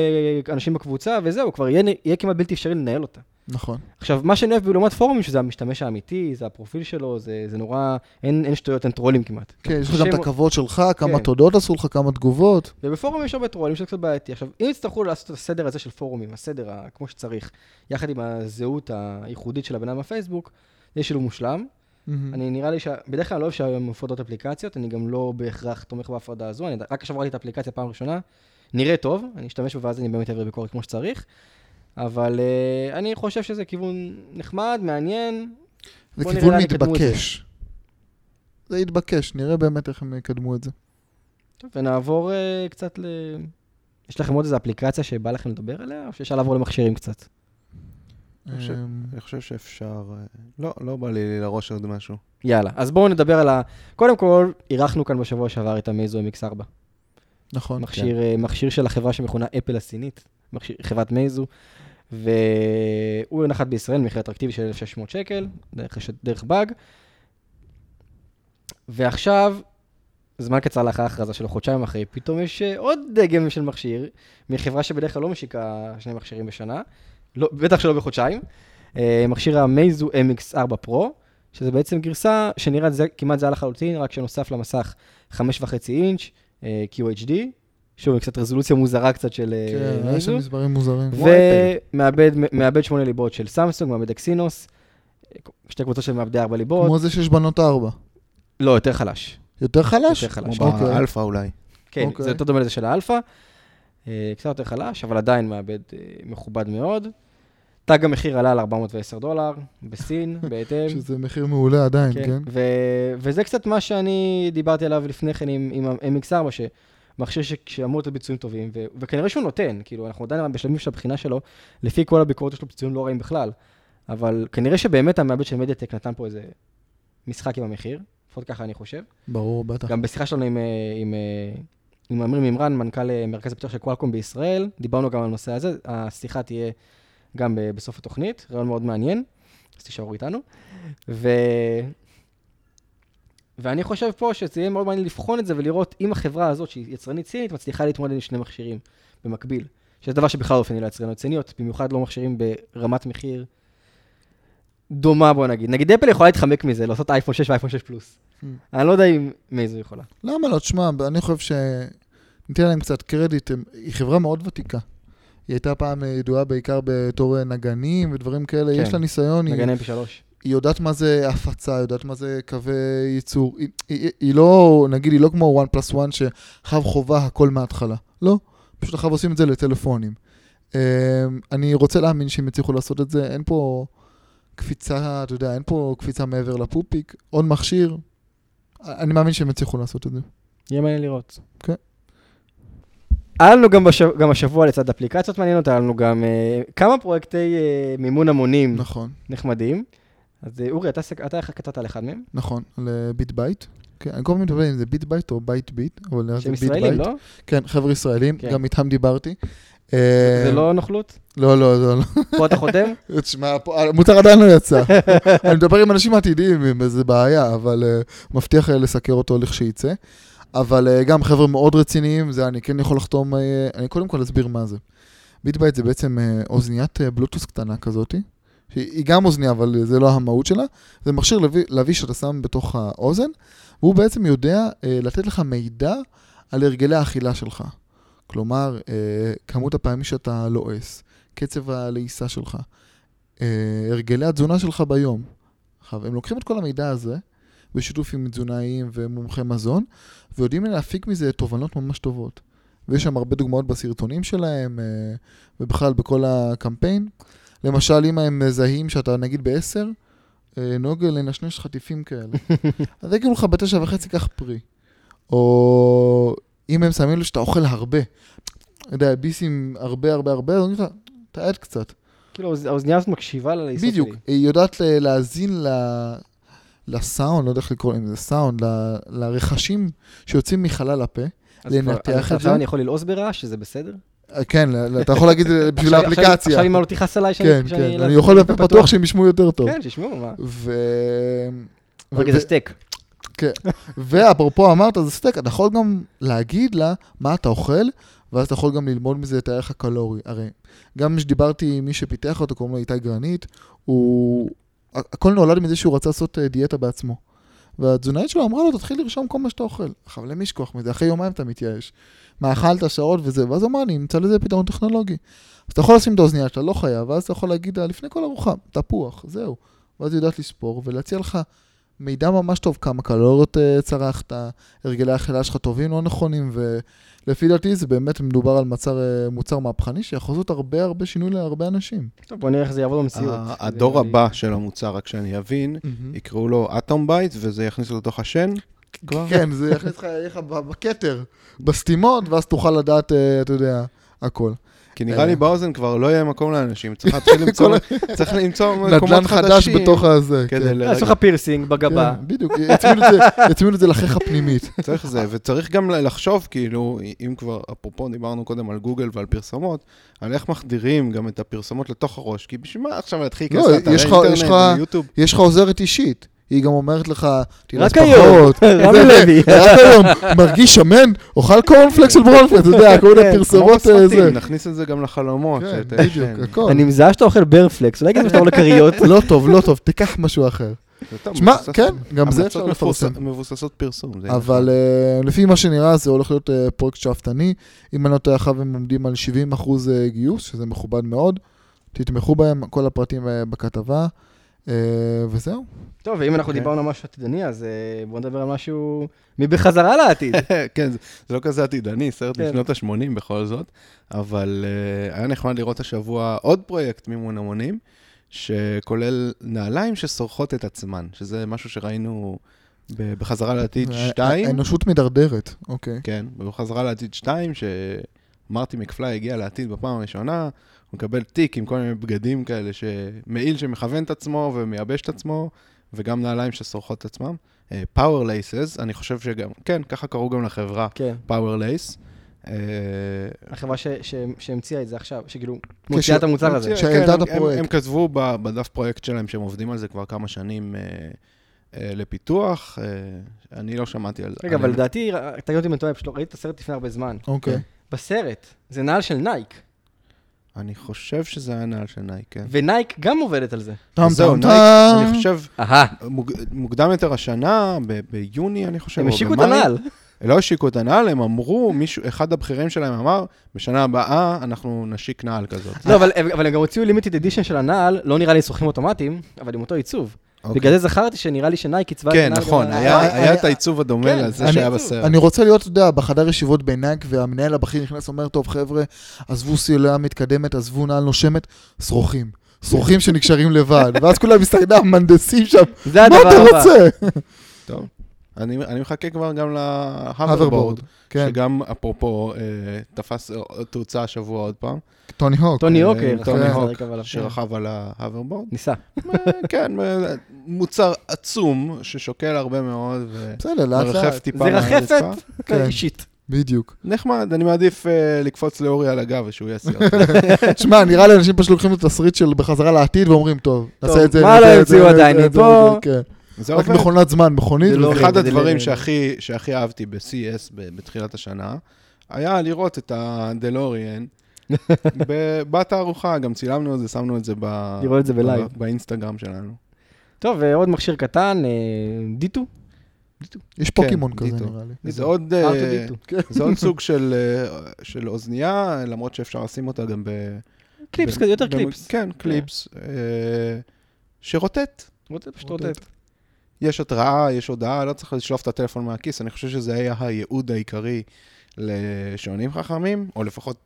S1: אנשים בקבוצה, וזהו, כבר יהיה, יהיה כמעט בלתי אפשרי לנהל אותה.
S3: נכון.
S1: עכשיו, מה שאני אוהב לעומת פורומים, שזה המשתמש האמיתי, זה הפרופיל שלו, זה, זה נורא, אין, אין שטויות, אין טרולים כמעט.
S3: כן, יש לך גם
S1: שם-
S3: את הכבוד שלך, כמה
S1: כן.
S3: תודות עשו לך, כמה תגובות.
S1: ובפורומים יש הרבה טרולים שזה קצת בעייתי. עכשיו, אם יצטרכו לעשות את הסדר הזה של פורומים, הסדר ה- כמו שצריך, יחד עם הזהות הייחודית של הבן אדם בפייסבוק, זה שילוב מושלם.
S3: מהמם.
S1: אני נראה לי ש... בדרך כלל אני לא אוהב שהיום מופרדות אפליקציות, אני גם לא בהכרח תומך בהפרדה הזו, אני רק עכשיו ראיתי את האפליקציה פעם ראשונה, נראה טוב, אני אשתמש בה ואז אני באמת אעביר ביקורת כמו שצריך, אבל uh, אני חושב שזה כיוון נחמד, מעניין,
S3: זה
S1: בוא נראה
S3: כיוון
S1: לאן יקדמו את זה.
S3: מתבקש. זה יתבקש, נראה באמת איך הם יקדמו את זה.
S1: טוב, ונעבור uh, קצת ל... יש לכם עוד איזו אפליקציה שבא לכם לדבר עליה, או שאפשר לעבור למכשירים קצת?
S2: אני חושב-
S3: אמ,
S2: אני חושב שאפשר... אה, לא, לא בא לי לראש עוד משהו.
S1: יאללה, אז בואו נדבר על ה... קודם כל, אירחנו כאן בשבוע שעבר את המייזו MX4.
S3: נכון.
S1: מכשיר, אה, מכשיר של החברה שמכונה אפל הסינית, מכשיר, חברת מייזו, והוא נחת בישראל במחיר אטרקטיבי של 1,600 שקל, דרך, הש- דרך באג. ועכשיו, זמן קצר לאחר ההכרזה שלו, חודשיים אחרי, פתאום יש אה, עוד דגם של מכשיר, מחברה שבדרך כלל לא משיקה שני מכשירים בשנה, לא, בטח שלא בחודשיים, אה, מכשיר המייזו MX4 פרו, שזה בעצם גרסה שנראית זה, כמעט זהה לחלוטין, רק שנוסף למסך 5.5 אינץ', אה, QHD, שוב, קצת רזולוציה מוזרה קצת של אה,
S3: כן, היה
S1: מייזו.
S3: שם מספרים מוזרים.
S1: ומאבד מאבד שמונה ליבות של סמסונג, מאבד אקסינוס, שתי קבוצות של מאבדי ארבע ליבות.
S3: כמו זה שיש בנות ארבע.
S1: לא, יותר חלש.
S3: יותר חלש?
S1: יותר חלש. אה,
S2: כמו
S3: אוקיי.
S2: באלפא אולי.
S1: כן,
S3: אוקיי.
S1: זה יותר דומה לזה של האלפא. אה, קצת יותר חלש, אבל עדיין מאבד אה, מכובד מאוד. תג המחיר עלה על 410 דולר, בסין, בהתאם.
S3: (laughs) שזה מחיר מעולה עדיין,
S1: כן,
S3: כן?
S1: ו- וזה קצת מה שאני דיברתי עליו לפני כן עם, עם ה-MX4, שמכשיר ש- שאמור לתת ביצועים טובים, ו- וכנראה שהוא נותן, כאילו, אנחנו עדיין בשלבים של הבחינה שלו, לפי כל הביקורת יש לו ביצועים לא רעים בכלל, אבל כנראה שבאמת המעבד של מדיאטק נתן פה איזה משחק עם המחיר, לפחות ככה אני חושב.
S3: ברור, בטח.
S1: גם בשיחה שלנו עם, אה, עם, אה, עם אמיר מימרן, מנכ"ל אה, מרכז הפיתוח של קוואלקום בישראל, דיברנו גם על הנושא הזה, השיחה תהיה גם ב- בסוף התוכנית, רעיון מאוד מעניין, אז תישארו איתנו. ו... ואני חושב פה שזה יהיה מאוד מעניין לבחון את זה ולראות אם החברה הזאת, שהיא יצרנית סינית, מצליחה להתמודד עם שני מכשירים במקביל. שזה דבר שבכלל אופן ליצרניות סיניות, במיוחד לא מכשירים ברמת מחיר דומה, בוא נגיד. נגיד אפל יכולה להתחמק מזה, לעשות אייפון 6 ואייפון 6 פלוס.
S3: Hmm.
S1: אני לא יודע אם מאיזו יכולה.
S3: למה לא? תשמע, אני חושב ש... ניתן להם קצת קרדיט, הם- היא חברה מאוד ותיקה. היא הייתה פעם אה, ידועה בעיקר בתור אה, נגנים ודברים כאלה,
S1: כן.
S3: יש לה ניסיון, היא-
S1: נגן mp3.
S3: היא יודעת מה זה הפצה, יודעת מה זה קווי ייצור. היא, היא, היא לא, נגיד, היא לא כמו וואן פלוס וואן שחב חובה הכל מההתחלה. לא, פשוט עכשיו עושים את זה לטלפונים. אמ, אני רוצה להאמין שהם יצליחו לעשות את זה, אין פה קפיצה, אתה יודע, אין פה קפיצה מעבר לפופיק, עוד מכשיר. אני מאמין שהם יצליחו לעשות את זה.
S1: יהיה מעניין לראות.
S3: כן.
S1: היה לנו גם, בשב... גם השבוע לצד אפליקציות מעניינות, היה לנו גם אה, כמה פרויקטי אה, מימון המונים
S3: נכון,
S1: נחמדים. אז אה, אורי, אתה, סק- אתה איך קטעת על אחד מהם?
S3: נכון, לביט בייט. כן, אני כל הזמן מתבלבל אם זה ביט בייט או בייט ביט, אבל נראה לי
S1: שהם
S3: ביט
S1: ישראלים,
S3: בייט.
S1: לא?
S3: כן, חבר'ה ישראלים,
S1: כן.
S3: גם איתם דיברתי.
S1: זה
S3: אמ,
S1: לא נוכלות?
S3: לא, לא, לא, לא.
S1: פה אתה חותם? (laughs)
S3: תשמע, פה- המוצר עדיין לא יצא. אני מדבר עם אנשים עתידיים, עם איזה בעיה, אבל uh, מבטיח אה, לסקר אותו לכשיצא. אבל אה, גם חבר'ה מאוד רציניים, זה אני כן יכול לחתום, אה, אני קודם כל אסביר מה זה. ביטבייט זה בעצם אה, אוזניית אה, בלוטוס קטנה כזאתי, שהיא היא גם אוזניה, אבל אה, זה לא המהות שלה. זה מכשיר לוי- לביש שאתה שם בתוך האוזן, והוא בעצם יודע אה, לתת לך מידע על הרגלי האכילה שלך. כלומר, אה, כמות הפעמים שאתה לועס, קצב הלעיסה שלך, אה, הרגלי התזונה שלך ביום. עכשיו, הם לוקחים את כל המידע הזה, בשיתוף עם תזונאים ומומחי מזון, ויודעים להפיק מזה תובנות ממש טובות. ויש שם הרבה דוגמאות בסרטונים שלהם, אה, ובכלל בכל הקמפיין. למשל, אם הם מזהים שאתה נגיד בעשר, אה, נוהג לנשנש חטיפים כאלה. אז יגידו לך בתשע וחצי קח פרי. או אם הם שמים לו שאתה אוכל הרבה, אתה יודע, ביסים הרבה הרבה הרבה, אז אומרים לך, תעד קצת.
S1: כאילו, האוז- האוזנייה הזאת מקשיבה לעיסוק שלי.
S3: בדיוק, היא יודעת ל- להאזין ל... לסאונד, לא יודע איך לקרוא להם, זה סאונד, ל... לרכשים שיוצאים מחלל הפה.
S1: אז כבר-
S3: לנתח
S1: אז
S3: את זה.
S1: עכשיו אני יכול ללעוס ברעש, שזה בסדר?
S3: אה, כן, ל- אתה יכול להגיד אה, בשביל
S1: עכשיו- עכשיו-
S3: האפליקציה.
S1: עכשיו אם לא תכעס עליי שאני...
S3: כן,
S1: שאני
S3: כן,
S1: לא-
S3: אני יכול בפה פתוח שהם ישמעו יותר טוב.
S1: כן, שישמעו, מה?
S3: ו... ו-
S1: רק
S3: ו-
S1: איזה סטייק.
S3: ואפרופו אמרת, זה סטייק, אתה יכול גם להגיד לה מה אתה אוכל, ואז אתה יכול גם ללמוד מזה את הערך הקלורי. הרי גם כשדיברתי עם מי שפיתח אותו, קוראים לו איתי גרנית, הוא... הכ- הכל נולד מזה שהוא רצה לעשות אה, דיאטה בעצמו. והתזונאית שלו אמרה לו, תתחיל לרשום כל מה שאתה אוכל. עכשיו, למי ישכוח מזה? אחרי יומיים אתה מתייאש. מה אכלת, שעות וזה, ואז הוא אמר, אני אמצא לזה פתרון טכנולוגי. אז אתה יכול לשים את האוזנייה, אתה לא חייב, ואז אתה יכול להגיד לה, לפני כל ארוחה, תפוח, זהו. ואז היא יודעת לספור ולהציע לך מידע ממש טוב, כמה קלוריות אה, צרכת, הרגלי האכילה שלך טובים, לא נכונים, ולפי דעתי זה באמת מדובר על מצר, אה, מוצר מהפכני שיכול לעשות הרבה הרבה שינוי להרבה אנשים.
S1: טוב, בוא נראה איך זה יעבוד במציאות. אה,
S2: ה-
S1: זה
S2: אה, הדור
S3: אה,
S1: נראה לי-
S2: הבא של המוצר, רק שאני אבין,
S3: Mm-hmm.
S1: אה,
S2: יקראו לו אטום בייט, וזה יכניס אותו לתוך השן. כבר?
S3: כן, זה יכניס לך, יהיה לך ב- בכתר, בסתימות, ואז תוכל לדעת, אה, אתה יודע, הכל.
S2: כי נראה לי
S3: אה.
S2: באוזן כבר לא יהיה מקום לאנשים,
S3: (laughs)
S2: צריך להתחיל למצוא צריך למצוא מקומות
S3: נדל"ן חדש
S2: חדשים.
S3: בתוך הזה. כן.
S2: כדי
S1: יעשו
S2: לרגע.
S1: לך פירסינג בגבה.
S3: כן, בדיוק, יצמידו את זה- יצמידו את זה לחיך הפנימית.
S2: צריך זה, וצריך גם לחשוב, כאילו, אם כבר, אפרופו, דיברנו קודם על גוגל ועל פרסומות, על איך מחדירים גם את הפרסומות לתוך הראש, כי בשביל מה עכשיו להתחיל
S3: לא,
S2: להיכנס לאתרי
S3: יש לך- יש
S2: אינטרנט
S3: לך-
S2: ויוטיוב?
S3: יש לך עוזרת אישית, היא גם אומרת לך, תראה
S1: רק היום.
S3: פחות.
S1: (laughs) רמי
S3: כן. זה-
S1: לוי.
S3: רק (laughs) היום, מרגיש שמן, אוכל קורנפלקס של ברונפלקס, אתה יודע, כל
S1: כן,
S3: מיני
S1: כמו
S2: כמו
S3: פרסומות אה,
S2: בסרטים,
S3: זה.
S2: נכניס את זה גם לחלומות.
S3: כן,
S2: את
S3: בדיוק,
S2: השן.
S3: הכל.
S1: אני מזהה שאתה אוכל ברפלקס, אולי כזה שאתה אוכל כריות.
S3: לא טוב, לא טוב, תיקח משהו אחר.
S2: זה טוב,
S3: שמע,
S2: מבוסס-
S3: כן, גם זה אפשר
S2: המלצות
S3: לפרסם.
S2: מפורס- מבוססות פרסום. זה
S3: אבל uh, לפי מה שנראה זה הולך להיות uh, פרויקט שאפתני. אם אני לא טועה, עכשיו הם עומדים על 70% אה, גיוס, שזה מכובד מאוד. תתמכו בהם, כל הפרטים אה, בכתבה, uh, וזהו.
S1: (laughs) טוב, ואם אנחנו
S2: אוקיי.
S1: דיברנו על משהו עתידני, אז אה, בואו נדבר על משהו מבחזרה לעתיד.
S2: (laughs) כן, זה- זה לא כזה עתידני, סרט
S1: כן.
S2: משנות ה-80 בכל זאת, אבל אה, היה נחמד לראות השבוע עוד פרויקט מימון המונים, שכולל נעליים שסורחות את עצמן, שזה משהו שראינו ב- בחזרה לעתיד
S3: אה,
S2: 2,
S3: האנושות מידרדרת, אוקיי.
S2: כן, בחזרה לעתיד 2, שמרטי מקפליי הגיע לעתיד בפעם הראשונה, הוא מקבל תיק עם כל מיני בגדים כאלה, ש- מעיל שמכוון את עצמו ומייבש את עצמו. וגם נעליים שסורחות את עצמם. פאוור לייסס, אני חושב שגם, כן, ככה קראו גם לחברה אה,
S1: כן,
S2: פאוור לייס.
S1: החברה ש- ש- שהמציאה את זה עכשיו, שכאילו
S3: כש-
S1: מוציאה את המוצר הזה.
S3: המציאה. שהעלתה את הפרויקט.
S2: כן, הם כתבו ב- בדף פרויקט שלהם שהם עובדים על זה כבר כמה שנים אה, אה, לפיתוח, אה, אני לא שמעתי על זה.
S1: רגע, אבל
S2: אני-
S1: לדעתי, תגיד אותי אם אני טועה, פשוט לא ראיתי את הסרט לפני הרבה זמן.
S3: אוקיי.
S1: בסרט, זה נעל של נייק,
S2: אני חושב שזה היה נעל של נייק, כן.
S1: ונייק גם עובדת על זה.
S3: טאם
S2: זהו,
S3: טאם
S2: נייק,
S3: טאם.
S2: אני חושב,
S1: אהה.
S2: מוג- מוקדם יותר השנה, ב- ביוני, אני חושב,
S1: הם
S2: או
S1: השיקו את
S2: במאי, (laughs)
S1: הנעל.
S2: לא השיקו את הנעל, הם אמרו, מישהו, אחד הבכירים שלהם אמר, בשנה הבאה אנחנו נשיק נעל כזאת.
S1: לא, אבל- אבל הם גם הוציאו לימיטד אדישן של הנעל, לא נראה לי שרוכים אוטומטיים, אבל עם אותו עיצוב.
S2: אוקיי.
S1: בגלל זה זכרתי שנראה לי שנייק עיצבה את
S2: כן,
S1: הנעל
S2: נכון,
S1: גם על
S2: היה
S1: הנעל.
S3: אני-
S2: היה
S3: אני-
S2: את העיצוב הדומה
S1: כן,
S2: לזה
S1: אני-
S2: שהיה בסרט.
S3: אני רוצה להיות, אתה יודע, בחדר ישיבות בנייק, והמנהל הבכיר נכנס ואומר, טוב, חבר'ה, עזבו סוללה מתקדמת, עזבו נעל נושמת, שרוכים. שרוכים שנקשרים
S1: (laughs)
S3: לבד. ואז כולם מסתכלים, המהנדסים שם,
S1: זה
S3: מה
S1: הדבר
S3: אתה
S1: הבא.
S3: רוצה?
S2: טוב. אני אני מחכה כבר גם
S3: הוברבורד.
S2: להאברבורד,
S3: כן,
S2: שגם אפרופו אה, תפס אה, תאוצה השבוע עוד פעם,
S3: טוני הוק.
S1: טוני
S2: אה,
S1: הוק, אה,
S2: טוני
S1: רחב
S2: הוק,
S1: על הקו עליו.
S2: שרכב על ההאברבורד.
S1: ניסה.
S2: אה, כן, אה, מוצר עצום ששוקל הרבה מאוד, ו-
S3: בסדר, לאט
S2: מרחף
S3: לאט.
S2: טיפה.
S1: לא, זה רחפת.
S2: מהרצפה.
S3: כן.
S1: אישית.
S3: בדיוק. (laughs)
S2: נחמד, אני מעדיף אה, לקפוץ לאורי על הגב ושהוא יעשה
S1: (laughs)
S2: את זה.
S3: שמע, נראה לי אנשים פשוט לוקחים את התסריט של בחזרה לעתיד ואומרים, טוב, נעשה את זה.
S1: מה
S3: נעשה
S1: לא
S3: את זה,
S1: המציאו
S3: נעשה
S1: עדיין?
S3: את זה,
S1: פה.
S3: נעשה את זה, כן.
S2: זה
S3: רק
S2: עובד.
S3: מכונת זמן, מכונית.
S1: זה לא
S3: וזה-
S1: עובד.
S2: אחד
S1: כדי
S2: הדברים
S1: ל-
S2: שהכי שהכי אהבתי ב-CES ב- בתחילת השנה, היה לראות את
S1: (laughs)
S2: הדלוריאן ב- בתערוכה, גם צילמנו את זה, שמנו את זה ב-
S1: לראות
S3: אה,
S1: את זה בלייב.
S3: לא.
S2: ב- באינסטגרם שלנו.
S1: טוב, אה, עוד מכשיר קטן, אה, דיטו.
S3: יש פוקימון
S2: כן,
S3: כזה,
S2: דיטו.
S3: נראה לי.
S2: זה עוד, אה,
S1: R2D2.
S3: כן.
S1: (laughs)
S2: זה עוד סוג של, אה, של אוזנייה, למרות שאפשר לשים אותה גם ב...
S1: קליפס
S2: ב-
S1: כזה, יותר
S2: ב-
S1: קליפס.
S2: כן, קליפס. אה, שרוטט.
S1: רוצה פשוט
S3: כן. רוטט.
S1: רוטט.
S2: יש התראה, יש הודעה, לא צריך לשלוף את הטלפון מהכיס, אני חושב שזה היה הייעוד העיקרי לשעונים חכמים, או לפחות...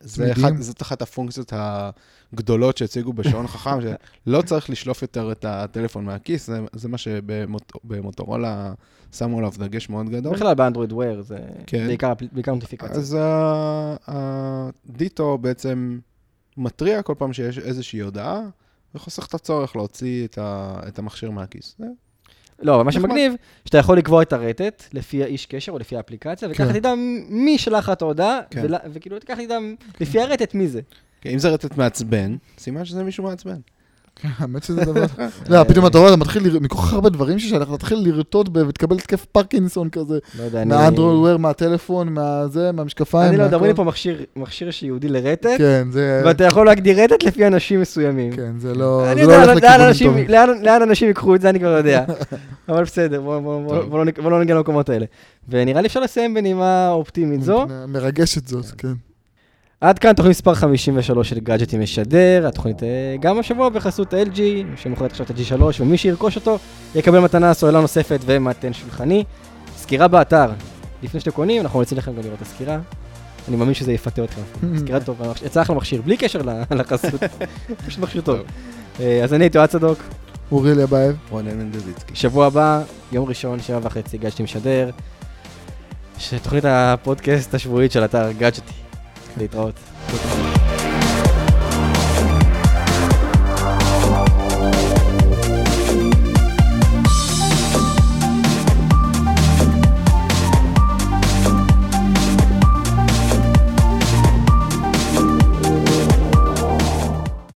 S2: זה
S3: צמידים.
S2: אחת, זאת אחת הפונקציות הגדולות שהציגו בשעון חכם, שלא צריך לשלוף יותר את הטלפון מהכיס, זה, זה מה שבמוטורולה שמו עליו דגש מאוד גדול.
S1: בכלל באנדרואיד וויר, זה
S2: כן.
S1: בעיקר אפל- בעיקר נוטיפיקציה.
S2: אז ה- הדיטו בעצם מתריע כל פעם שיש איזושהי הודעה, וחוסך את הצורך להוציא את, ה, את המכשיר מהכיס. זה
S1: לא, אבל מה
S2: נחמד.
S1: שמגניב, שאתה יכול לקבוע את הרטט לפי האיש קשר או לפי האפליקציה, וככה
S3: כן.
S1: תדע מי שלח לך את ההודעה,
S2: כן.
S1: ולה- וכאילו ככה תדע לפי הרטט מי זה.
S2: כן, אם זה רטט מעצבן, סימן שזה מישהו מעצבן.
S3: (laughs) האמת שזה דבר...
S1: אה,
S3: לא, פתאום אתה רואה, אתה מתחיל, לר- מכל כך הרבה דברים ששלח, אתה מתחיל לרטוט ב- ותקבל התקף פרקינסון כזה,
S1: לא יודע, אני...
S3: מהאנדרואויר, מהטלפון, מהזה, מהמשקפיים.
S1: אני לא יודע,
S3: מהכל.
S1: אומרים לי פה מכשיר- מכשיר שיהודי לרטט,
S3: כן, זה...
S1: ואתה יכול להגדיר רטט לפי אנשים מסוימים.
S3: כן, זה לא...
S1: אני
S3: זה לא
S1: יודע
S3: הולך
S1: לאן
S3: לכיוונים
S1: אנשים-
S3: טובים.
S1: לאן- לאן אנשים ייקחו את זה, אני כבר לא
S3: (laughs)
S1: יודע. אבל בסדר, בוא- בוא- בוא-
S2: טוב.
S1: בוא לא נג- בוא לא נגיע למקומות האלה. ונראה לי אפשר לסיים בנימה אופטימית זו.
S3: מרגשת זאת, כן.
S1: עד כאן תוכנית מספר 53 של גאדג'טים משדר, התוכנית אה, גם השבוע בחסות LG, שמוכרת עכשיו את ה-G3, ומי שירכוש אותו יקבל מתנה סוללה נוספת ומתן שולחני. סקירה באתר, לפני שאתם קונים, אנחנו ממליצים לכם גם לראות את הסקירה. אני מאמין שזה יפתה
S3: (laughs)
S1: אתכם. סקירה טובה, המכשיר- יצא אחלה מכשיר, בלי קשר ל- (laughs) לחסות, פשוט מכשיר טוב.
S2: טוב.
S1: אה, אז אני הייתי אוהד צדוק,
S3: אוריאל יבייב.
S2: רונן מנדזיצקי.
S1: שבוע הבא, יום ראשון, שבע וחצי, גאדג'טים משדר, ש- תוכנית הפודקאסט השבועית של אתר גאדג'טי. להתראות.